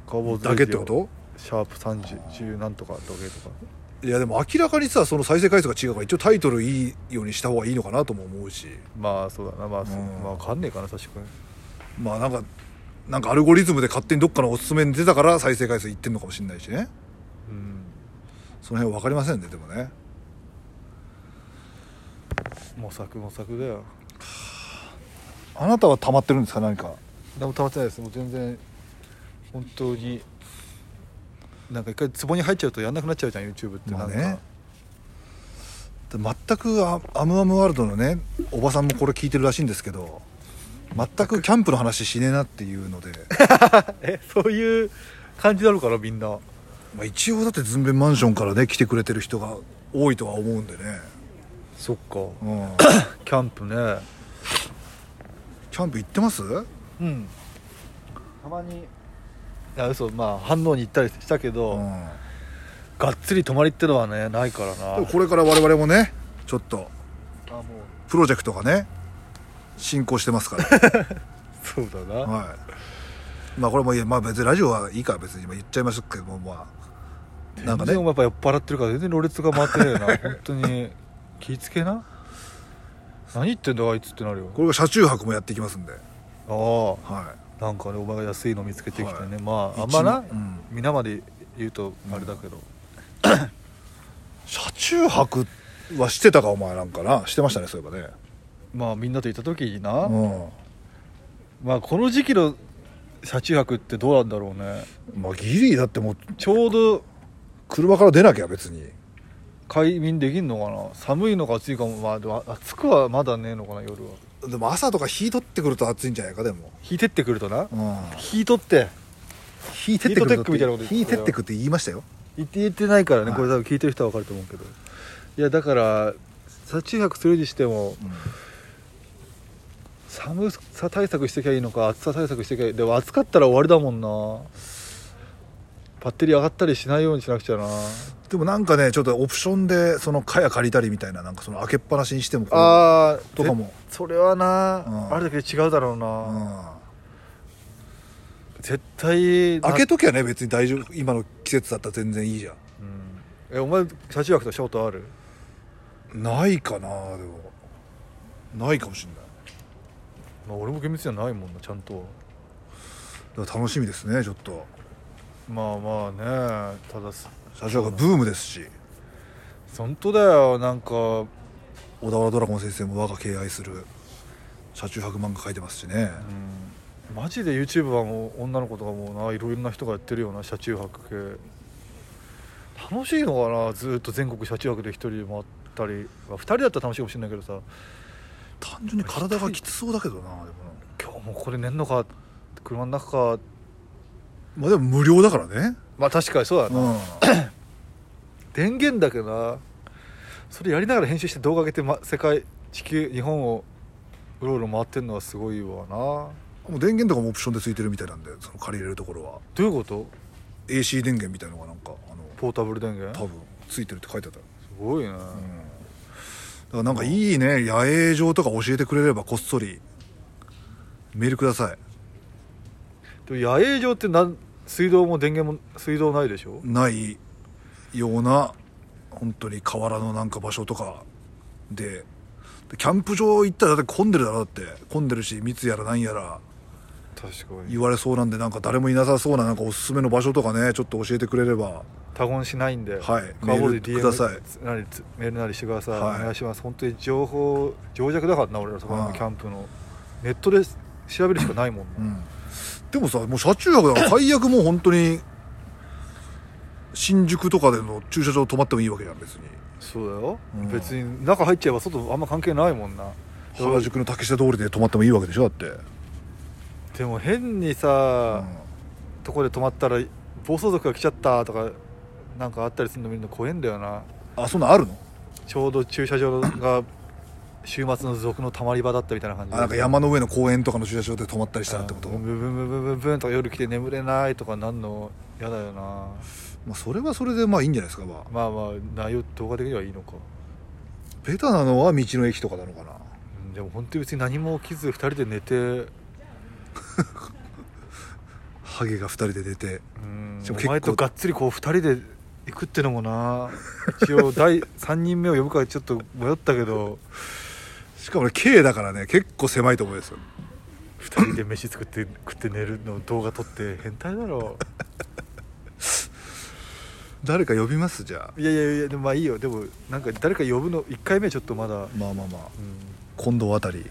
カーボーズ
だけってこと
シャープ3010なんとかだけとか
いやでも明らかにさその再生回数が違うから一応タイトルいいようにした方がいいのかなとも思うし
まあそうだなまあ、そう
うん
まあ、分かんねえかな確かに
まあなんかなんかアルゴリズムで勝手にどっかのおすすめに出たから再生回数いってんのかもしれないしね
うん
その辺は分かりませんねでもね
模索模索だよ
あなたは溜まってるんですか何か
何も溜まってないですもう全然本当になんか一回壺に入っちゃうとやんなくなっちゃうじゃん YouTube って
ま
な
あ
ん
ね
か、
全くアアムアムワールドのねおばさんもこれ聞いてるらしいんですけど全くキャンプの話しねえなっていうので
えそういう感じなのかなみんな
まあ一応だってズンベンマンションからね来てくれてる人が多いとは思うんでね、
そっか
うん、
キャンプね
キャンプ行ってます
うんたまにいや嘘まあ反応に行ったりしたけど、
うん
がっつり泊まりってのはねないからな
でもこれから我々もねちょっと
あもう
プロジェクトがね進行してます から、
そうだな、
はい、まあこれもいやまあ別にラジオはいいから別に今言っちゃいましたけどもまあなんか
全
ね
然やっぱ酔っ払ってるから全然ろれつが回ってねえ な本当に気ぃつけな何言ってんだあいつってなるよ
これが車中泊もやっていきますんで、
あ
は
あなんかねお前が安いの見つけてきてね、
はい
ま
い、
ああんまな、
一日うん
皆まで言うとあれだけど、
車中泊はしてたかお前なんかなしてましたねそういえばね
まあみんなといた時にな、
う
まあこの時期の車中泊ってどうなんだろうね
んまあギリだってもう
ちょうど
車から出なきゃ別に
快眠できんのかな寒いのか暑いかもまあでもあ暑くはまだねえのかな夜は
でも朝とか火取ってくると暑いんじゃないかでも
引いてってくるとな
うん
引いとって
火照ってくると
ヒートテックみたいなこと言ってた
火
よ
照ってくって言いましたよ
言って言ってないからね
はい
これ多分聞いてる人は分かると思うけどいやだから車中泊するにしても寒さ対策してきゃいいのか暑さ対策してきゃいいでも暑かったら終わりだもんなバッテリー上がったりしないようにしなくちゃな
でもなんかねちょっとオプションでその蚊帳借りたりみたいななんかその開けっぱなしにしてもこう
あー
とかも
ぜそれはな、
うん
あれだけ違うだろう
う
な、
ん
絶対な
開けときゃね別に大丈夫今の季節だったら全然いいじゃん
うんえお前車中泊とショートある
ないかなでもないかもしれない
まあ、俺も厳密じゃないもんなちゃんと
だから楽しみですねちょっと
まあまあねただす
社長がブームですし
本当だよなんか
小田原ドラゴン先生も我が敬愛する車中泊漫画書いてますしね、
うんマジで YouTube はもう女の子とかもないろいろな人がやってるような車中泊系楽しいのかなずっと全国車中泊で一人で回ったり2人だったら楽しいかもしれないけどさ
単純に体がきつそうだけどなでもな
今日もこれ寝んのか車の中か
まあでも無料だからね
まあ確かにそうだな、
うん
電源だけどなそれやりながら編集して動画上げて、ま、世界地球日本をうろうろ回ってんのはすごいわなど
もう電源とかもオプションでついてるみたいなんでその借りれるところは
ういうこと
AC 電源みたいのがなんかあの
ポータブル電源
多
す
分ついてるって書いてあっただ
ごいね、
からなんかいいね野営場とか教えてくれればこっそりメールください
でも野営場ってなん水道も電源も水道ないでしょ
ないような本当に河原のなんか場所とかででキャンプ場行ったらだって混んでるだろだって混んでるし密やらなんやら
確か
言われそうなんでなんか誰もいなさそうななんかおすすめの場所とかねちょっと教えてくれれば
他言しないんで、
はい
カーボール
メールください
DM なりつメールなりしてください、
はい
お願いします本当に情報情弱だからな俺らそこ
う
の
ん
キャンプのネットで調べるしかないもんな、
うんでもさもう車中泊だから最悪もう本当に新宿とかでの駐車場泊まってもいいわけじゃん別に
そうだよ、
うん
別に中入っちゃえば外あんま関係ないもんな
原宿の竹下通りで泊まってもいいわけでしょだって、
でも変に
うん
さ、とこで泊まったら暴走族が来ちゃったとかなんかあったりするの見るの怖えんだよな
あそんなんあるの
ちょうど駐車場が週末の族のたまり場だったみたいな感じで
あなんか山の上の公園とかの駐車場で泊まったりしたらってこと
ブンブンブンブンブンブンとか夜来て眠れないとかなんの嫌だよな
まあ、それはそれでまあいいんじゃないですかまあ
まあまあ内容動画的にはいいのか、
ベタなのは道の駅とかなのかな
うんでも本当に別に何も起きず2人で寝て
ハゲが2人で出て
うん
しかも結構
お前とがっつりこう2人で行くってのもな一応第3人目を呼ぶからちょっと迷ったけど
しかも俺 K だからね結構狭いと思うですよ
2人で飯作って食って寝るの動画撮って変態だろ
誰か呼びますじゃあ
いやいやいやでもまあいいよでもなんか誰か呼ぶの1回目ちょっとまだ、うん、好
まあまあまあ近藤あたり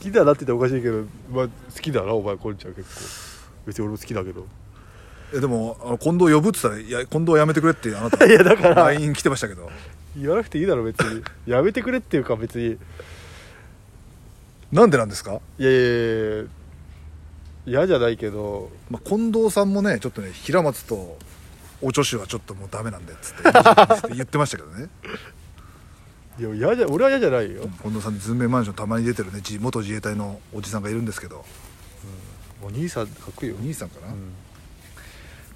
きだなって言ったらおかしいけど、まあ、好きだなお前こんちゃん結構別に俺も好きだけど
えでもあの近藤呼ぶって言ったら「いや近藤はやめてくれ」ってあなた
いやだから
LINE 来てましたけど
言わなくていいだろ別 にやめてくれっていうか別に
なんでなんですか、
いやいやいやいや嫌じゃないけど
まあ、近藤さんもねちょっとね平松とお女子はちょっともうダメなんでっつって 言ってましたけどね
いや嫌じゃ俺は嫌じゃないよ、
近藤さんズンメイマンションたまに出てるねじ元自衛隊のおじさんがいるんですけど
お兄さんかっこいいよ
お兄さんかな
うん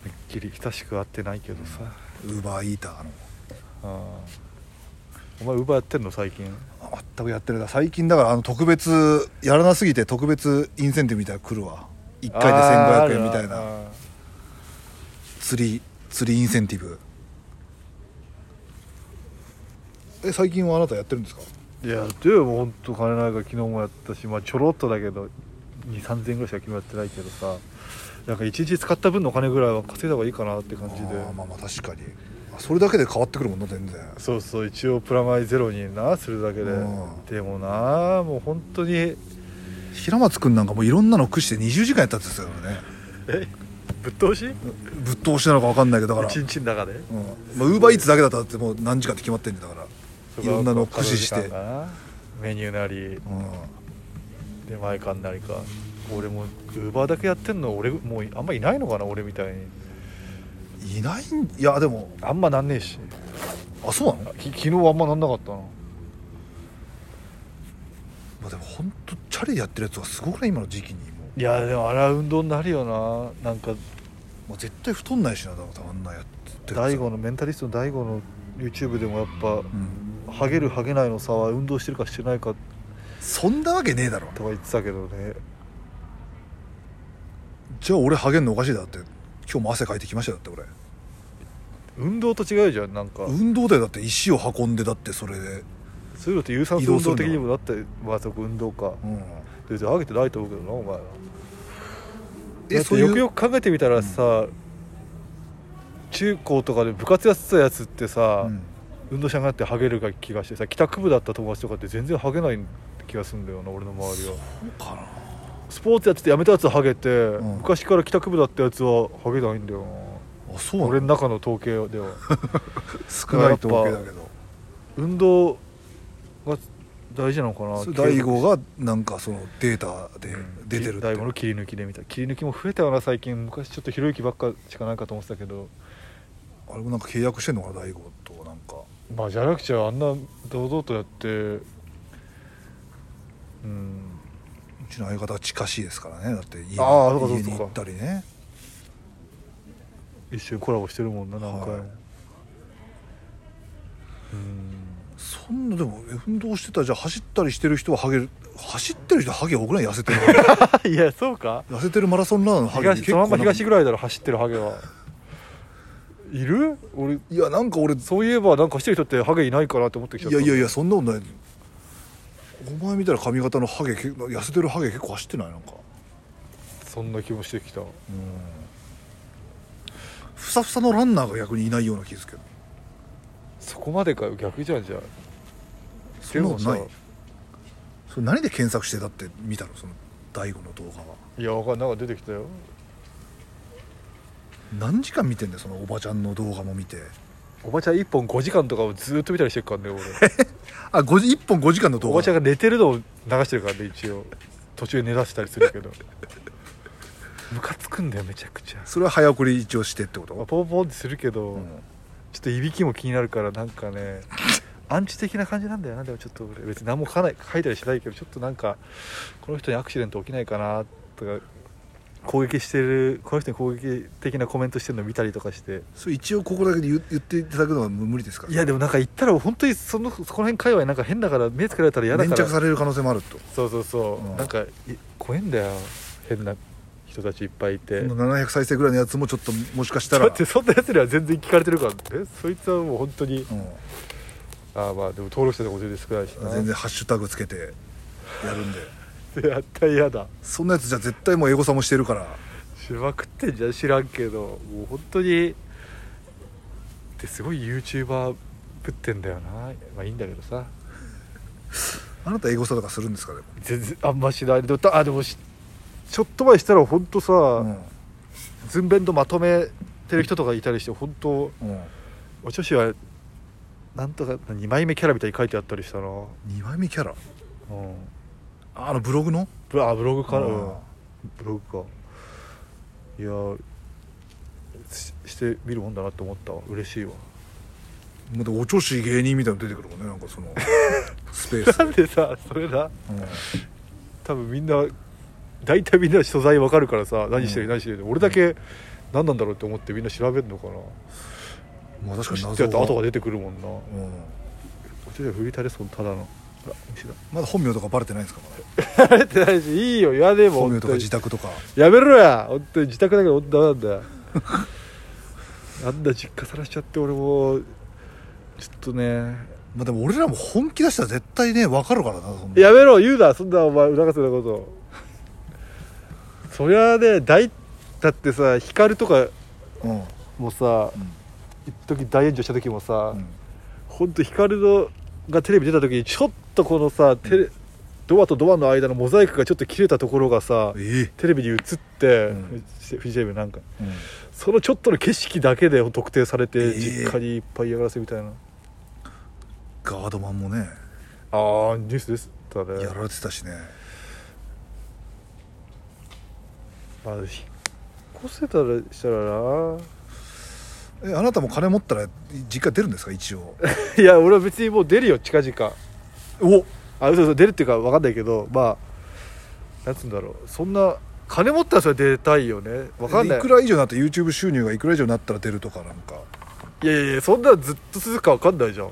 めっきり親しく会ってないけどさ、
ウーバーイーターの
あーお前ウーバーやってんの最近
あ全くやってるな最近だからあの特別やらなすぎて特別インセンティブみたいなの来るわ1回
あ
で
ー
1500円みたいな
あ
釣り釣りインセンティブえ最近はあなたやってるんですか
ーいやでも本当金ないから昨日もやったしまあちょろっとだけど2 3 0 0 0円ぐらいしか昨日やってないけどさなんか一日使った分のお金ぐらいは稼いだ方がいいかなって感じで
あーまあまあ確かにあそれだけで変わってくるもんな全然
そうそう一応プラマイゼロになするだけで
うん
でもなもう本当に
平松君なんかもういろんなの駆使して20時間やったって言ってたからね
えぶっ通し
ぶっ通しなのか分かんないけどだから
一日の中で
ウーバーイーツだけだったらだってもう何時間って決まってんだからいろんなのを駆使して、
そこ
うん
は、メニューなり出前館なりか俺もウーバーだけやってんの俺もうあんまいないのかな俺みたいに
いないんいやでも
あんまなんねえし
あそうなの
あ、き昨日あんまなんなかったな
まあ、でも本当チャリでやってるやつはすごくない今の時期にも
いやでもあれは運動になるよななんか
う、まあ、絶対太んないしなだからあんなやってるやつ
大悟のメンタリストの大悟の YouTube でもやっぱ
うん
ハゲるハゲないの差は運動してるかしてないか
そんなわけねえだろ
とか言ってたけどね
じゃあ俺ハゲんのおかしいだって今日も汗かいてきましたよだって
運動と違うじゃんなんか
俺運動でだって石を運んでだってそれで
そういうのって有酸素運動的にもなってまあそこ運動か
うん
別にハゲてないと思うけどなお前は
え
だって
そういう
よくよく考えてみたらさ、中高とかで部活やってたやつってさ、
うん
運動しなくなってハゲるが気がしてさ帰宅部だった友達とかって全然ハゲない気がするんだよな俺の周りは
かな
スポーツやっててやめたやつはハゲて、
ん
昔から帰宅部だったやつはハゲないんだよ
あそうな
な
の
俺の中の統計 では
少ない統計だけど
運動が大事なのかな
それ大悟がなんかそのデータで
うん
出てるって、
大悟の切り抜きで見た切り抜きも増えたよな最近昔ちょっとひろゆきばっかしかないかと思ってたけど
あれもなんか契約してんのかな大悟となんか
まあじゃなくちゃあんな堂々とやってうん
うちの相方は近しいですからねだって家に
ああそうかそうか
家に行ったりね
一緒にコラボしてるもんな何回も、
はい
うん
そんなでもえ運動してたらじゃあ走ったりしてる人はハゲる走ってる人はハゲ多く ない痩せてる
いやそうか
痩せてるマラソンランナーのハゲに
東そのまんま
なんか
東ぐらいだろ走ってるハゲはいる俺
いやなんか俺い
そういえばなんか走ってる人ってハゲいないかなって思ってきちゃった
やいやいやそんなことないお前みたいな髪型のハゲ結構痩せてるハゲ結構走ってないなんか
そんな気もしてきた
ふさふさのランナーが逆にいないような気ですけど
そこまでかよ逆じゃんじゃあ
そ
で
んな
も
こと
さ
ないそれ何で検索してだって見たのその大悟の動画はい
やわかんないなんか出てきたよ
何時間見てんだよそのおばちゃんの動画も見て
おばちゃん1本5時間とかをずーっと見たりしてるからね俺
あ5時1本5時間の動
お
画
ばちゃんが寝てるのを流してるからね一応途中で寝だしたりするけどムカつくんだよめちゃくちゃ、
それは早送り一応してってこ
ま
と
あ、ポンポンってするけど、
うん
ちょっといびきも気になるからなんかねアンチ的な感じなんだよなでもちょっと俺別に何も書かない書いたりしないけどちょっとなんかこの人にアクシデント起きないかなとか攻撃してるこの人に攻撃的なコメントしてるの見たりとかして
それ一応ここだけで言言っていただくのは無無理ですから
いやでもなんか言ったら本当にそのそこら辺界隈なんか変だから目つけられたら嫌だ
粘
から
着される可能性もあると
そうそうそう、
うん
なんかい怖えんだよ変な人たちいっぱいいて
この700再生ぐらいのやつもちょっともしかした
だ
ら
ってそんなやつには全然聞かれてるからえそいつはもう本当に
う
ああまあでも登録者とかも全然少ないし
ん、
な
全然ハッシュタグつけてやるんで
絶対嫌だ
そんなやつじゃ絶対もうエゴサもしてるから
しまくってんじゃん知らんけどもう本当にってすごい YouTuber ぶってんだよなまあいいんだけどさ
あなたエゴサとかするんですかね、
全然あんましないでもたあでもしちょっと前したら本当さ、
うん
ズンベンドまとめてる人とかいたりして本当
うん、
お女子はなんとか2枚目キャラみたいに書いてあったりしたなうん
2枚目キャラあのブログの
ブあブログから
うん
うんブログかいやーししてみるもんだなって思ったわ嬉しいわ
またお調子芸人みたいなの出てくるもんねなんか そのスペース
な
で、
んでさそれな
うん
多分みんな大体みんな所在わかるからさ何して
う
る
ん
何してるって俺だけ何なんだろうって思ってみんな調べるのかな
まあ確かに
知って
謎
やった後が
は、
出てくるもんなこ
うん、
っちでフリータレソンただのあら虫だ
まだ本名とかバレてないんですか、まだ
慣れてないしいいよやでも
本名とか
本当に
自宅とか
やめろや本当に自宅だけどダメなんだよあんな実家さらしちゃって俺もちょっとね
まあでも俺らも本気出したら絶対ね分かるからなそんな
やめろ言うなそんなお前促すようなことそりゃあね大だってさ光とか
うんうん
もさ一時大炎上した時もさ、
うん
ほんと光のがテレビ出た時にちょっとこのさテレドアとドアの間のモザイクがちょっと切れたところがさ
ええ
テレビに映って、
うん
フジテレビなんか
うん
そのちょっとの景色だけで特定され
え
て
え
実家にいっぱい嫌がらせみたいな、
ガードマンもね
ああニュースでしたね
やられてたしね
まあ引っ越せたらしたらな
えあなたも金持ったら実家出るんですか一応
いや俺は別にもう出るよ近々
お
あ嘘嘘出るっていうか分かんないけどまあなんつうんだろうそんな金持ったらそれ出たいよね分かんない
くら以上になった YouTube 収入がいくら以上になったら出るとかなんか
いやいやいやそんなのずっと続くか分かんないじゃん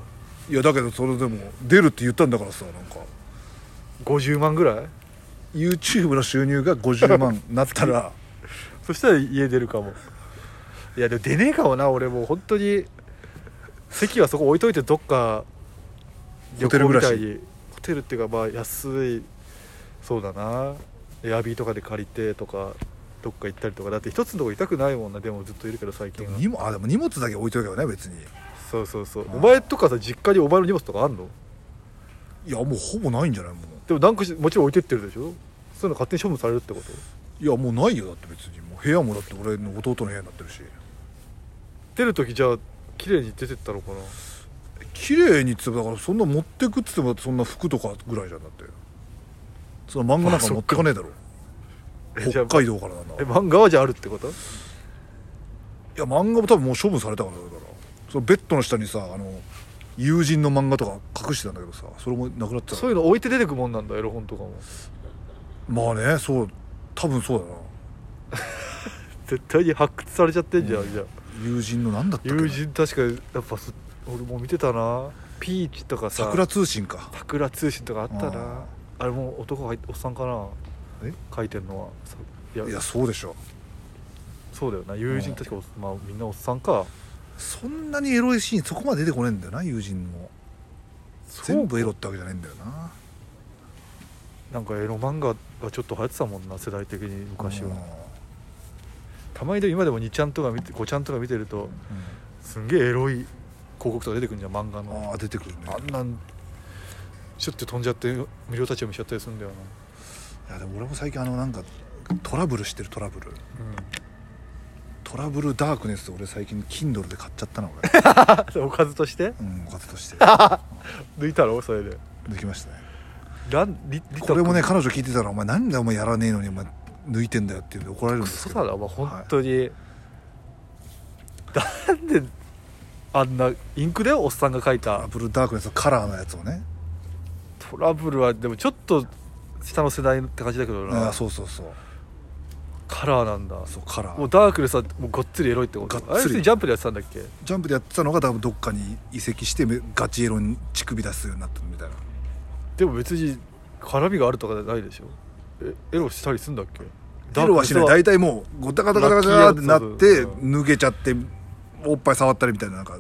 いやだけどそれでも出るって言ったんだからさなんか
50万ぐらい
YouTube の収入が50万 なったら
そしたら家出るかもいやでも出ねえかもな俺もう本当に席はそこ置いといてどっか
ホテル暮らし
旅行みたいにホテルっていうかまあ安いそうだなエアビーとかで借りてとかどっか行ったりとかだって一つのとこいたくないもんなでもずっといるけど最近
で
は
も荷物あでも荷物だけ置いとけばね別に
そうそうそう
うん
お前とかさ実家にお前の荷物とかあんの
いやもうほぼないんじゃないも
でも何かしもちろん置いてってるでしょそういうの勝手に処分されるってこと
ういやもうないよだって別にもう部屋もだって俺の弟の部屋になってるし
出る時じゃあ綺麗に出てったのかな
綺麗にっつってもだからそんな持ってくっつってもそんな服とかぐらいじゃんだってその漫画なんか持ってかねえだろ
えじゃあ
北海道からなんだ
え漫画はじゃああるってこと
いや漫画も多分もう処分されたからだからそのベッドの下にさあの友人の漫画とか隠してたんだけどさそれもなくなってた
そういうの置いて出てくもんなんだエロ本とかも
まあねそう多分そうだな
絶対に発掘されちゃってんじゃん、じゃあ
友人のなんだったっけな
友人確かやっぱそ俺も見てたなピーチとかさ
桜通信か
桜通信とかあったな
あ
あれもう男が入っおっさんかな
え
書いてんのはさいや
いやそうでしょ
そうだよな友人
うん
確かおっまあ、みんなおっさんか
そんなにエロいシーンそこまで出てこねえんだよな友人も全部エロってわけじゃないんだよな
なんかエロ漫画がちょっと流行ってたもんな世代的に昔は、
うん
たまにでも今でも2ちゃんとか見て5ちゃんとか見てるとすんげえエロい広告とか出てくるんじゃん漫画の
ああ出てくるね
あんなんシュッて飛んじゃって無料立ち読みしちゃったりするんだよ
いやでも俺も最近あのなんかトラブルしてるトラブルトラブルダークネス俺最近 Kindle で買っちゃったな 俺
な、 おかずとして
うんおかずとして
抜いたろそれで
抜きましたね
なんリリ
これもね彼女聞いてたら「お前なんでお前やらねえのにお前抜いてんだよ」って言うんで怒られるん
ク
です
ソ
け
だ
ど
なお前本当に、なんであんなインクでおっさんが書い
トラ
た
ブルダークネスのカラーのやつをね
トラブルはでもちょっと下の世代って感じだけど
あ
な
あそうそうそう
カラーなんだ
そうカラ
もう
ー
ダークでさもうごっつりエロいってこと
がっつり
あれ別にジャンプでやってたんだっけ
ジャンプでやってたのが多分どっかに移籍してめガチエロに乳首出すようになったみたいな
でも別に絡みがあるとかじゃないでしょえエロしたりすんだっけ
出るはしない
だ
大体もうゴタガタガタガタってなっ
ラッキーや
て
つだぞ
抜けちゃっておっぱい触ったりみたいななんか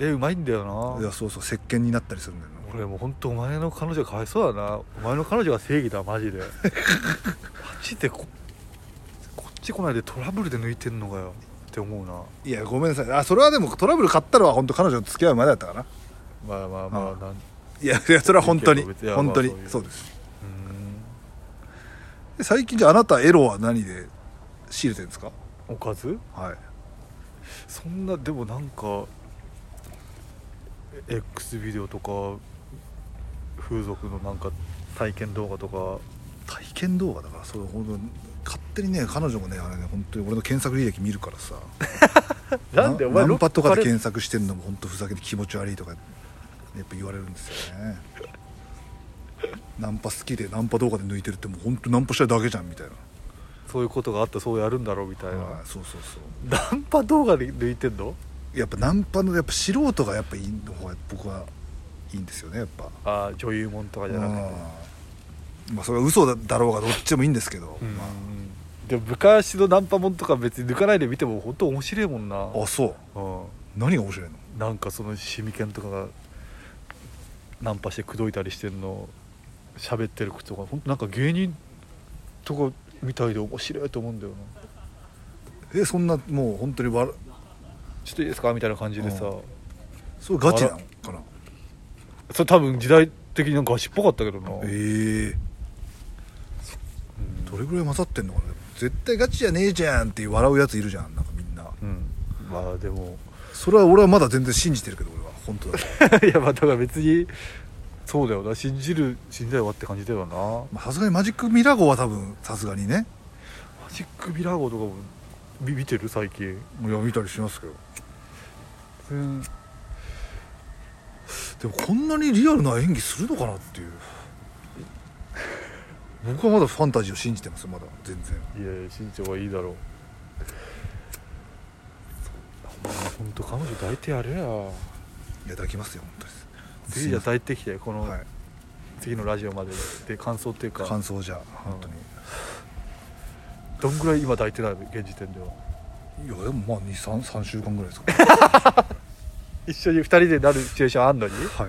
えうまいんだよ
い
な
やそうそう石鹸になったりするんだよな
俺もう本当お前の彼女がかわいそうだなお前の彼女が正義だマ ジでマジでここっち来ないでトラブルで抜いてんのかよって思うない
やごめんなさいあそれはでもトラブル買ったのは本当彼女と付き合う前だったからな
まあまあまあ
うん
なんう
いやいやそれは本当に
いいけど別にいや
本当に
まあ
そ
そうういう
です
ーん
で最近じゃああなたエロは何で仕入れてるんですか
おかず
はい
そんなでもなんか X ビデオとか風俗のなんか体験動画とか
体験動画だからそれ本当に勝手にね彼女もねあれね本当に俺の検索履歴見るからさナンパとかで
ロッ
検索してんのも本当ふざけて気持ち悪いとかやっぱ言われるんですよね ナンパ好きでナンパ動画で抜いてるってもう本当ナンパしたいだけじゃんみたいな、
パでそういうことがあってそうやるんだろうみたいな、
はいそうそうそう
ナンパ動画で抜いてんの
やっぱナンパのやっぱ素人がやっぱいいの方が僕はいいんですよねやっぱ
ああ女優もんとかじゃなくて
うんまあそれは嘘だろうがどっちでもいいんですけど、
うん
ま
でも昔のナンパもんとか別に抜かないで見ても本当面白いもんな
ああそう
うん
何が面白いの
なんかそのシミケンとかがナンパして口説いたりしてんの喋ってることが本当なんか芸人とかみたいで面白いと思うんだよな
えそんなもう本当にわら
ちょっといいですかみたいな感じでさ、
うんそれガチなのかな
それ多分時代的になんか足っぽかったけどな、
ええ
うん
どれぐらい混ざってんのかな絶対ガチじゃねえじゃんって笑うやついるじゃんなんかみんな
うんまあでも
それは俺はまだ全然信じてるけど俺は本 当だと
いやまあだから別にそうだよな信じる信じないわって感じだよな
まあさすがにマジックミラー号は多分さすがにね
マジックミラー号とかも見見てる最近
いや見たりしますけど
うん
でもこんなにリアルな演技するのかなっていう僕はまだファンタジーを信じてますまだ全然
いやいや身長はいいだろう本当彼女抱いてやれや
いやいただきますよ本当です
次じゃあ
すい
抱いてきてこ
ま
の
せんはい
次のラジオまでで感想っていうか
感想じゃ本当に、
どんぐらい今抱いてないの現時点ではい
やでもまあ23週間ぐらいですかね
一緒に2人でなるシチュエーションあんのにむ
はい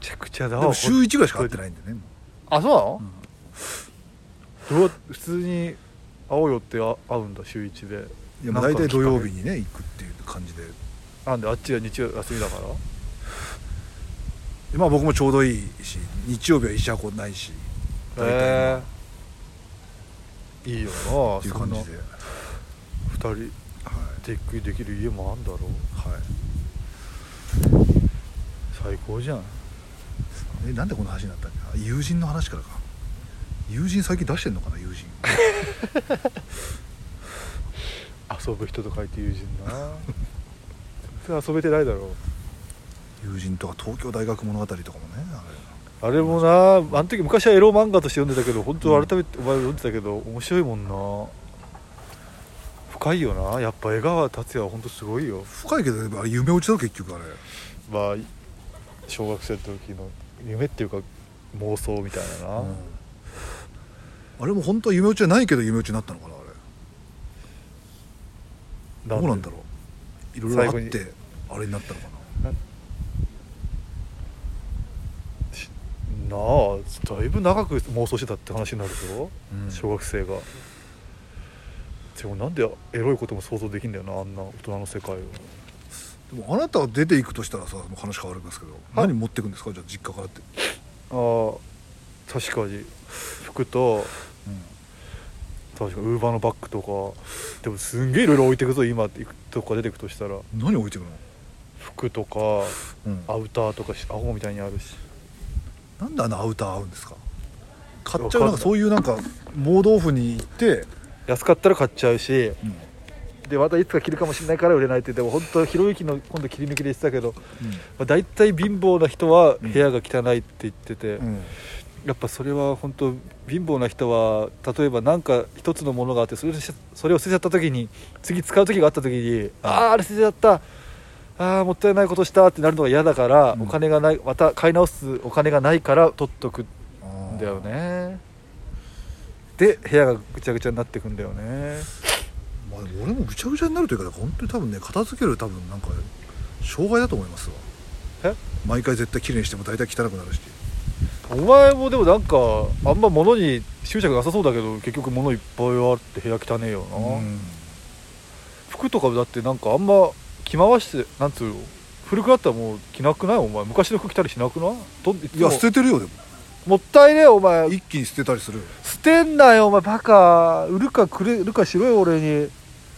ちゃくちゃだ
で
わ
も週1ぐらいしか会って
い
ないんでねもう
あそうなの、どうや普通に会おうよってあ会うんだ週1で
いやまあ大体土曜日にね行くっていう感じで
なんであっちは日曜休みだから
でまあ僕もちょうどいいし日曜日は医者こないし大体まあ
えいいよな
っていう感じで、
そんな2人
はい
テックできる家もあんだろう
は
最高じゃん
い、えなんでこの話になったんだあ友人の話からか友人最近出してんのかな友人
遊ぶ人と書いて友人な全然遊べてないだろ
友人とか東京大学物語とかもねあ
うあれもなあの時昔はエロ漫画として読んでたけど本当改めてお前読んでたけど面白いもんな深いよなやっぱ江川達也は本当すごいよ
れ深いけどやっぱあれ夢落ちだろ結局あれ
まあ小学生の時の夢っていうか妄想みたいなな、
うんあれも本当は夢落ちじゃないけど夢落ちになったのかなあれどうなんだろういろいろあっ
最後
てあれになったのかな
しなあだいぶ長く妄想してたって話になるぞ、
うん
小学生がでもなんでエロいことも想像できんだよなあんな大人の世界を
でもあなたが出ていくとしたらさもう話変わるんですけど何持ってくんですかじゃあ実家からって、
ああ確かに服と確かウーバーのバッグとかでもすんげえいろいろ置いてくぞ今行くとか出てくとしたら
何置いてくの、
服とか
うん
アウターとかしアホみたいにあるし
なんであのアウター合うんですか買っ
わ
ち
か
ゃ
ん
うな
な
いんかそういうなんか盲豆腐に行って、
安かったら買っちゃうし
うん
でまたいつか着るかもしれないから売れないってでも本当ひろゆきの今度切り抜きで言ってたけどまあ、大体貧乏な人は部屋が汚いって言ってて、
うん
やっぱそれは本当貧乏な人は例えば何か一つのものがあってそれをしそれを捨てちゃった時に次使う時があった時にあああれ捨てちゃったああもったいないことしたってなるのが嫌だから、
うん
お金がないまた買い直すお金がないから取っとく
あー
んだよねで部屋がぐちゃぐちゃになってくんだよね
まあ、でも俺もぐちゃぐちゃになるというかだから本当に多分ね片付ける多分なんか障害だと思いますわ
え
毎回絶対綺麗にしても大体汚くなるし
お前もでもなんかあんま物に執着なさそうだけど結局物いっぱいあって部屋汚ねえよな、
うん
服とかだってなんかあんま着回してなんつうの古くなったらもう着なくないお前昔の服着たりしなくないどいつ
い
も
や捨ててるよでも
もったいねえお前
一気に捨てたりするよ
捨てんなよお前バカ売るかくれるかしろよ俺に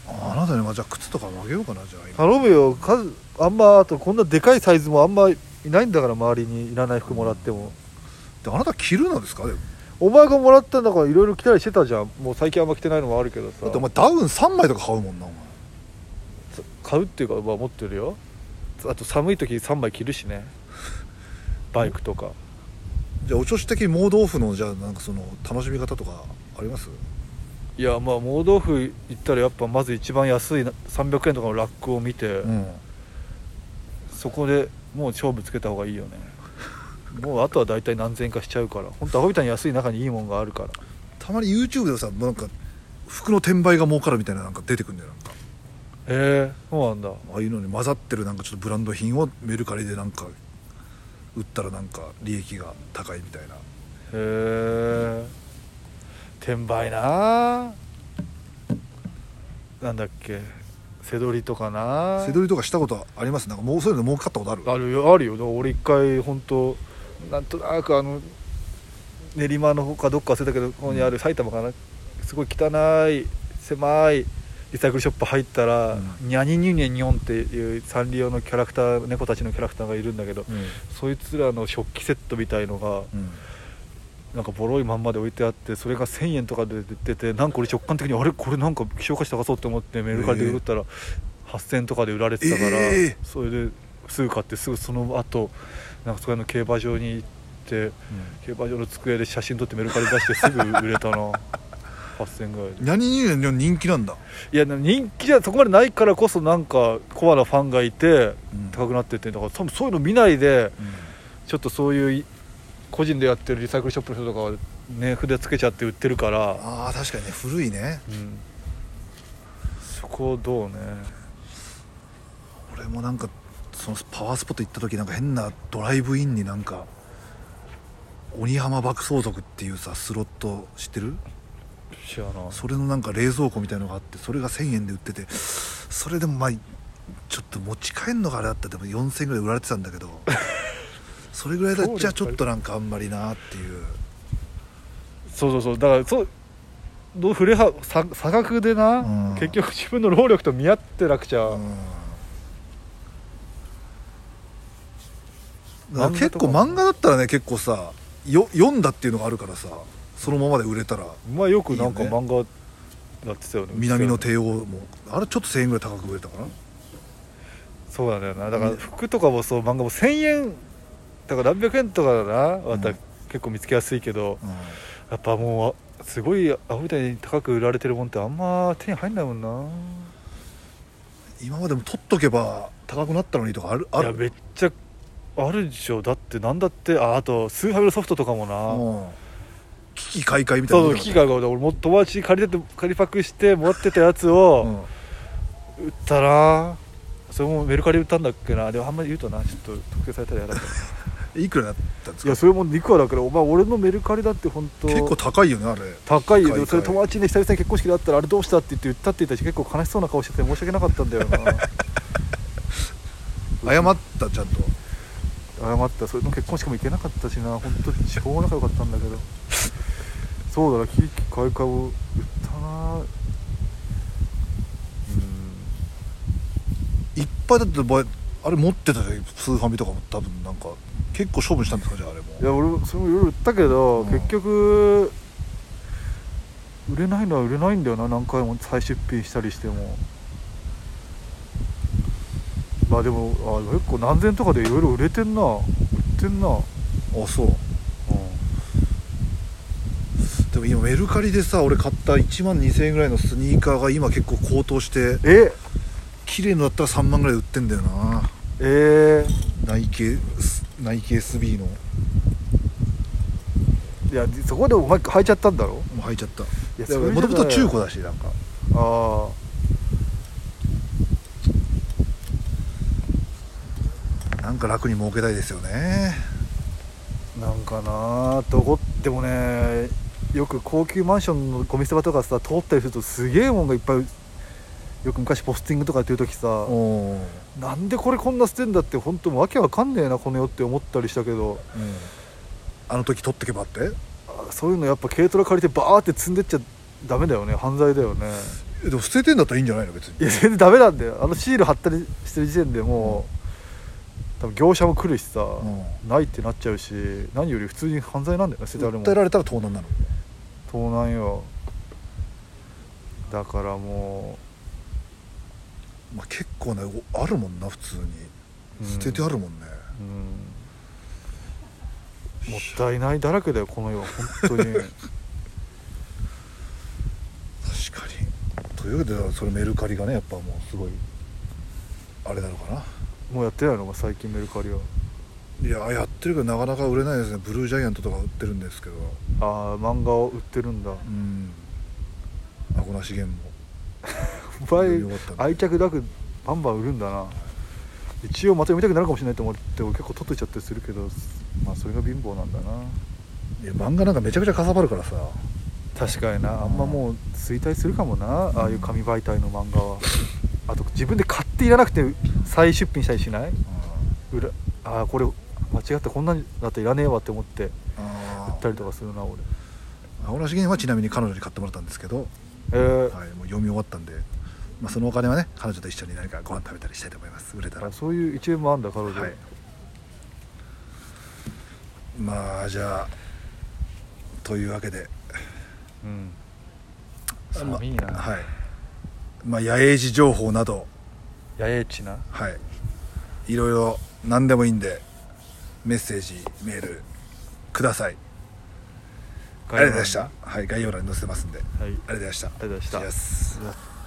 ああなたね、まあ、じゃあ靴とかもあげようかなじゃあ今
頼むよ数あんまあとこんなでかいサイズもあんまいないんだから周りにいらない服もらっても
であなた着るのですかでも
お前がもらったんだからいろいろ着たりしてたじゃんもう最近あんま着てないのもあるけどさ
だってお前ダウン3枚とか買うもんなお前
買うっていうか、まあ、持ってるよあと寒い時3枚着るしねバイクとか
じゃあお調子的盲豆腐のじゃあなんかその楽しみ方とかあります
いやまあ盲豆腐行ったらやっぱまず一番安いな300円とかのラックを見て、
うん
そこでもう勝負つけた方がいいよねもうあとは大体何千円かしちゃうから本当アホみたいに安い中にいいもんがあるから
たまに YouTube でさなんか服の転売が儲かるみたいななんか出てくるんだよなんか
へえそうなんだ
ああいうのに混ざってるなんかちょっとブランド品をメルカリでなんか売ったらなんか利益が高いみたいな
へえ転売なあなんだっけせどりとかな
背取りとかしたことありますなんかもうそういうの儲かったことある
あるよあるよだから俺一回本当なんとなくあの練馬のほかどっか忘れたけどここにある埼玉かなすごい汚い狭いリサイクルショップ入ったら、
うん
ニャニニュニャニョンっていうサンリオのキャラクター猫たちのキャラクターがいるんだけど、
うん
そいつらの食器セットみたいのが、
うん
なんかボロいまんまで置いてあってそれが1000円とかで出ててなんか俺直感的にあれこれなんか希少価値高そうって思ってメルカリで売ったら8000円とかで売られてたから、
ええ
それですぐ買ってすぐその後なんかそれの競馬場に行って競馬場の机で写真撮ってメルカリ出してすぐ売れたな 8000円ぐらいで
何人間人気なんだ
いやでも人気じゃそこまでないからこそなんかコアなファンがいて
うん
高くなってってだから多分そういうの見ないでちょっとそういう個人でやってるリサイクルショップの人とかはね筆つけちゃって売ってるから、
ああ確かにね古いね
うん、そこどうね
俺もなんかそのパワースポット行った時なんか変なドライブインになんか鬼浜爆走族っていうさスロット知ってる
知らない
それのなんか冷蔵庫みたいのがあってそれが1000円で売っててそれでもまあちょっと持ち帰んのがあれだったらでも4000円ぐらい売られてたんだけ どそれぐらいだ
そうです
じ
か
ゃあちょっとなんかあんまりなっていう
そうそうそうだからそうどう触れは差差額でな、
うん
結局自分の労力と見合ってなくちゃ、
だから結構漫画だったらね結構さよ読んだっていうのがあるからさそのままで売れたら
お前よくなんか
いいよ
漫画やってたよね
「南の帝王も」あれちょっと1000円ぐらい高く売れたかな
そうなんだよなだから服とかもそう漫画も1000円だから何百円とかだなまた
うん
結構見つけやすいけど、
うん
やっぱもうあすごいアホみたいに高く売られてるもんってあんま手に入んないもんな
今までも取っとけば高くなったのにとかある
い
あ
や
る
めっちゃあるでしょだってなんだってああとスーファミのソフトとかもな、
うん危機開会みたい
そ
な
う
の
そう機械が俺も友達に借りてて借りパクして持ってたやつを
うん
売ったな、それもメルカリ売ったんだっけなでもあんまり言うとなちょっと特定されたらや だから
いくらだったんです
いや
か
それもいくらだからお前俺のメルカリだって本当
結構高いよねあれ
高いよ
高い
それ友達に久々に結婚式で会ったらあれどうしたって言って売ったって言ったし結構悲しそうな顔してて申し訳なかったんだよな
謝ったちゃんと
謝ったそれの結婚式も行けなかったしな本当地方仲良かったんだけどそうだなキーキ買い替えを売ったなうん
いっぱいだってばあれ持ってたじゃんスーファミとかも多分なんか結構処分したんですかじゃああれも
いや俺もそれもいろいろ売ったけど、
うん
結局売れないのは売れないんだよな何回も再出品したりしてもまあでもあ結構何千とかでいろいろ売れてんな売ってんなうん
あそうでも今メルカリでさ俺買った1万2000円ぐらいのスニーカーが今結構高騰して
え
綺麗のだったら3万ぐらいで売ってんだよな
えー、
ナイキナイキ SB の
いやそこでお前履いちゃったんだろ
もう履いちゃった
いやそれじゃ
もとも
な
と
い
中古だしなんか
ああ
なんか楽に儲けたいですよね
なんかなあどこでもねよく高級マンションのゴミ捨て場とかさ通ったりするとすげえもんがいっぱいよく昔ポスティングとかやってる時さ
おおー、
なんでこれこんな捨てんだって本当もうわけわかんねえなこの世って思ったりしたけど
うん、あの時取っとけばって
あそういうのやっぱ軽トラ借りてバーって積んでっちゃダメだよね犯罪だよね
えでも捨ててんだったらいいんじゃないの別
い
に
や全然ダメなんだよあのシール貼ったりしてる時点でもう、多分業者も来るしさ、
ん
ないってなっちゃうし何より普通に犯罪なんだよね捨ててあるもん
訴えられたら盗難なの
盗難よだからも
まあ、結構ねおあるもんな普通
う
に
ん
捨ててあるもんね、
う、うん、もったいないだらけだよこの世は本 当に
確かにというわけでそれメルカリがねやっぱもうすごいあれなのかな
もうやってないのが最近メルカリはい
ややってるけどなかなか売れないですねブルージャイアントとか売ってるんですけど
ああ漫画を売ってるんだ
うんアコナシゲンも
お前
よかったね
愛着なくバンバン売るんだな一応また読みたくなるかもしれないと思って俺結構取っといちゃったりするけどまあそれが貧乏なんだない
や漫画なんかめちゃくちゃかさばるからさ
確かになあんまもう衰退するかもなああいう紙媒体の漫画はあと自分で買っていらなくて再出品したりしない裏ああこれ間違ったこんなにだったらいらねえわって思って売
あ
ったりとかするな俺
アコナシゲンはちなみに彼女に買ってもらったんですけど、
えー
はい、もう読み終わったんで、まあ、そのお金はね彼女と一緒に何かご飯食べたりしたいと思います売れたら
あそういう一面もあるんだ彼女、
はいまあじゃあというわけで
うん
ま
寒いな、
はいまあ野営児情報など
やえちな
はいいろいろ何でもいいんでメッセージメールくださいありがとうございました、はい、概要欄に載せてますんでありがと
はい、
うございましたあり
がとうございました
す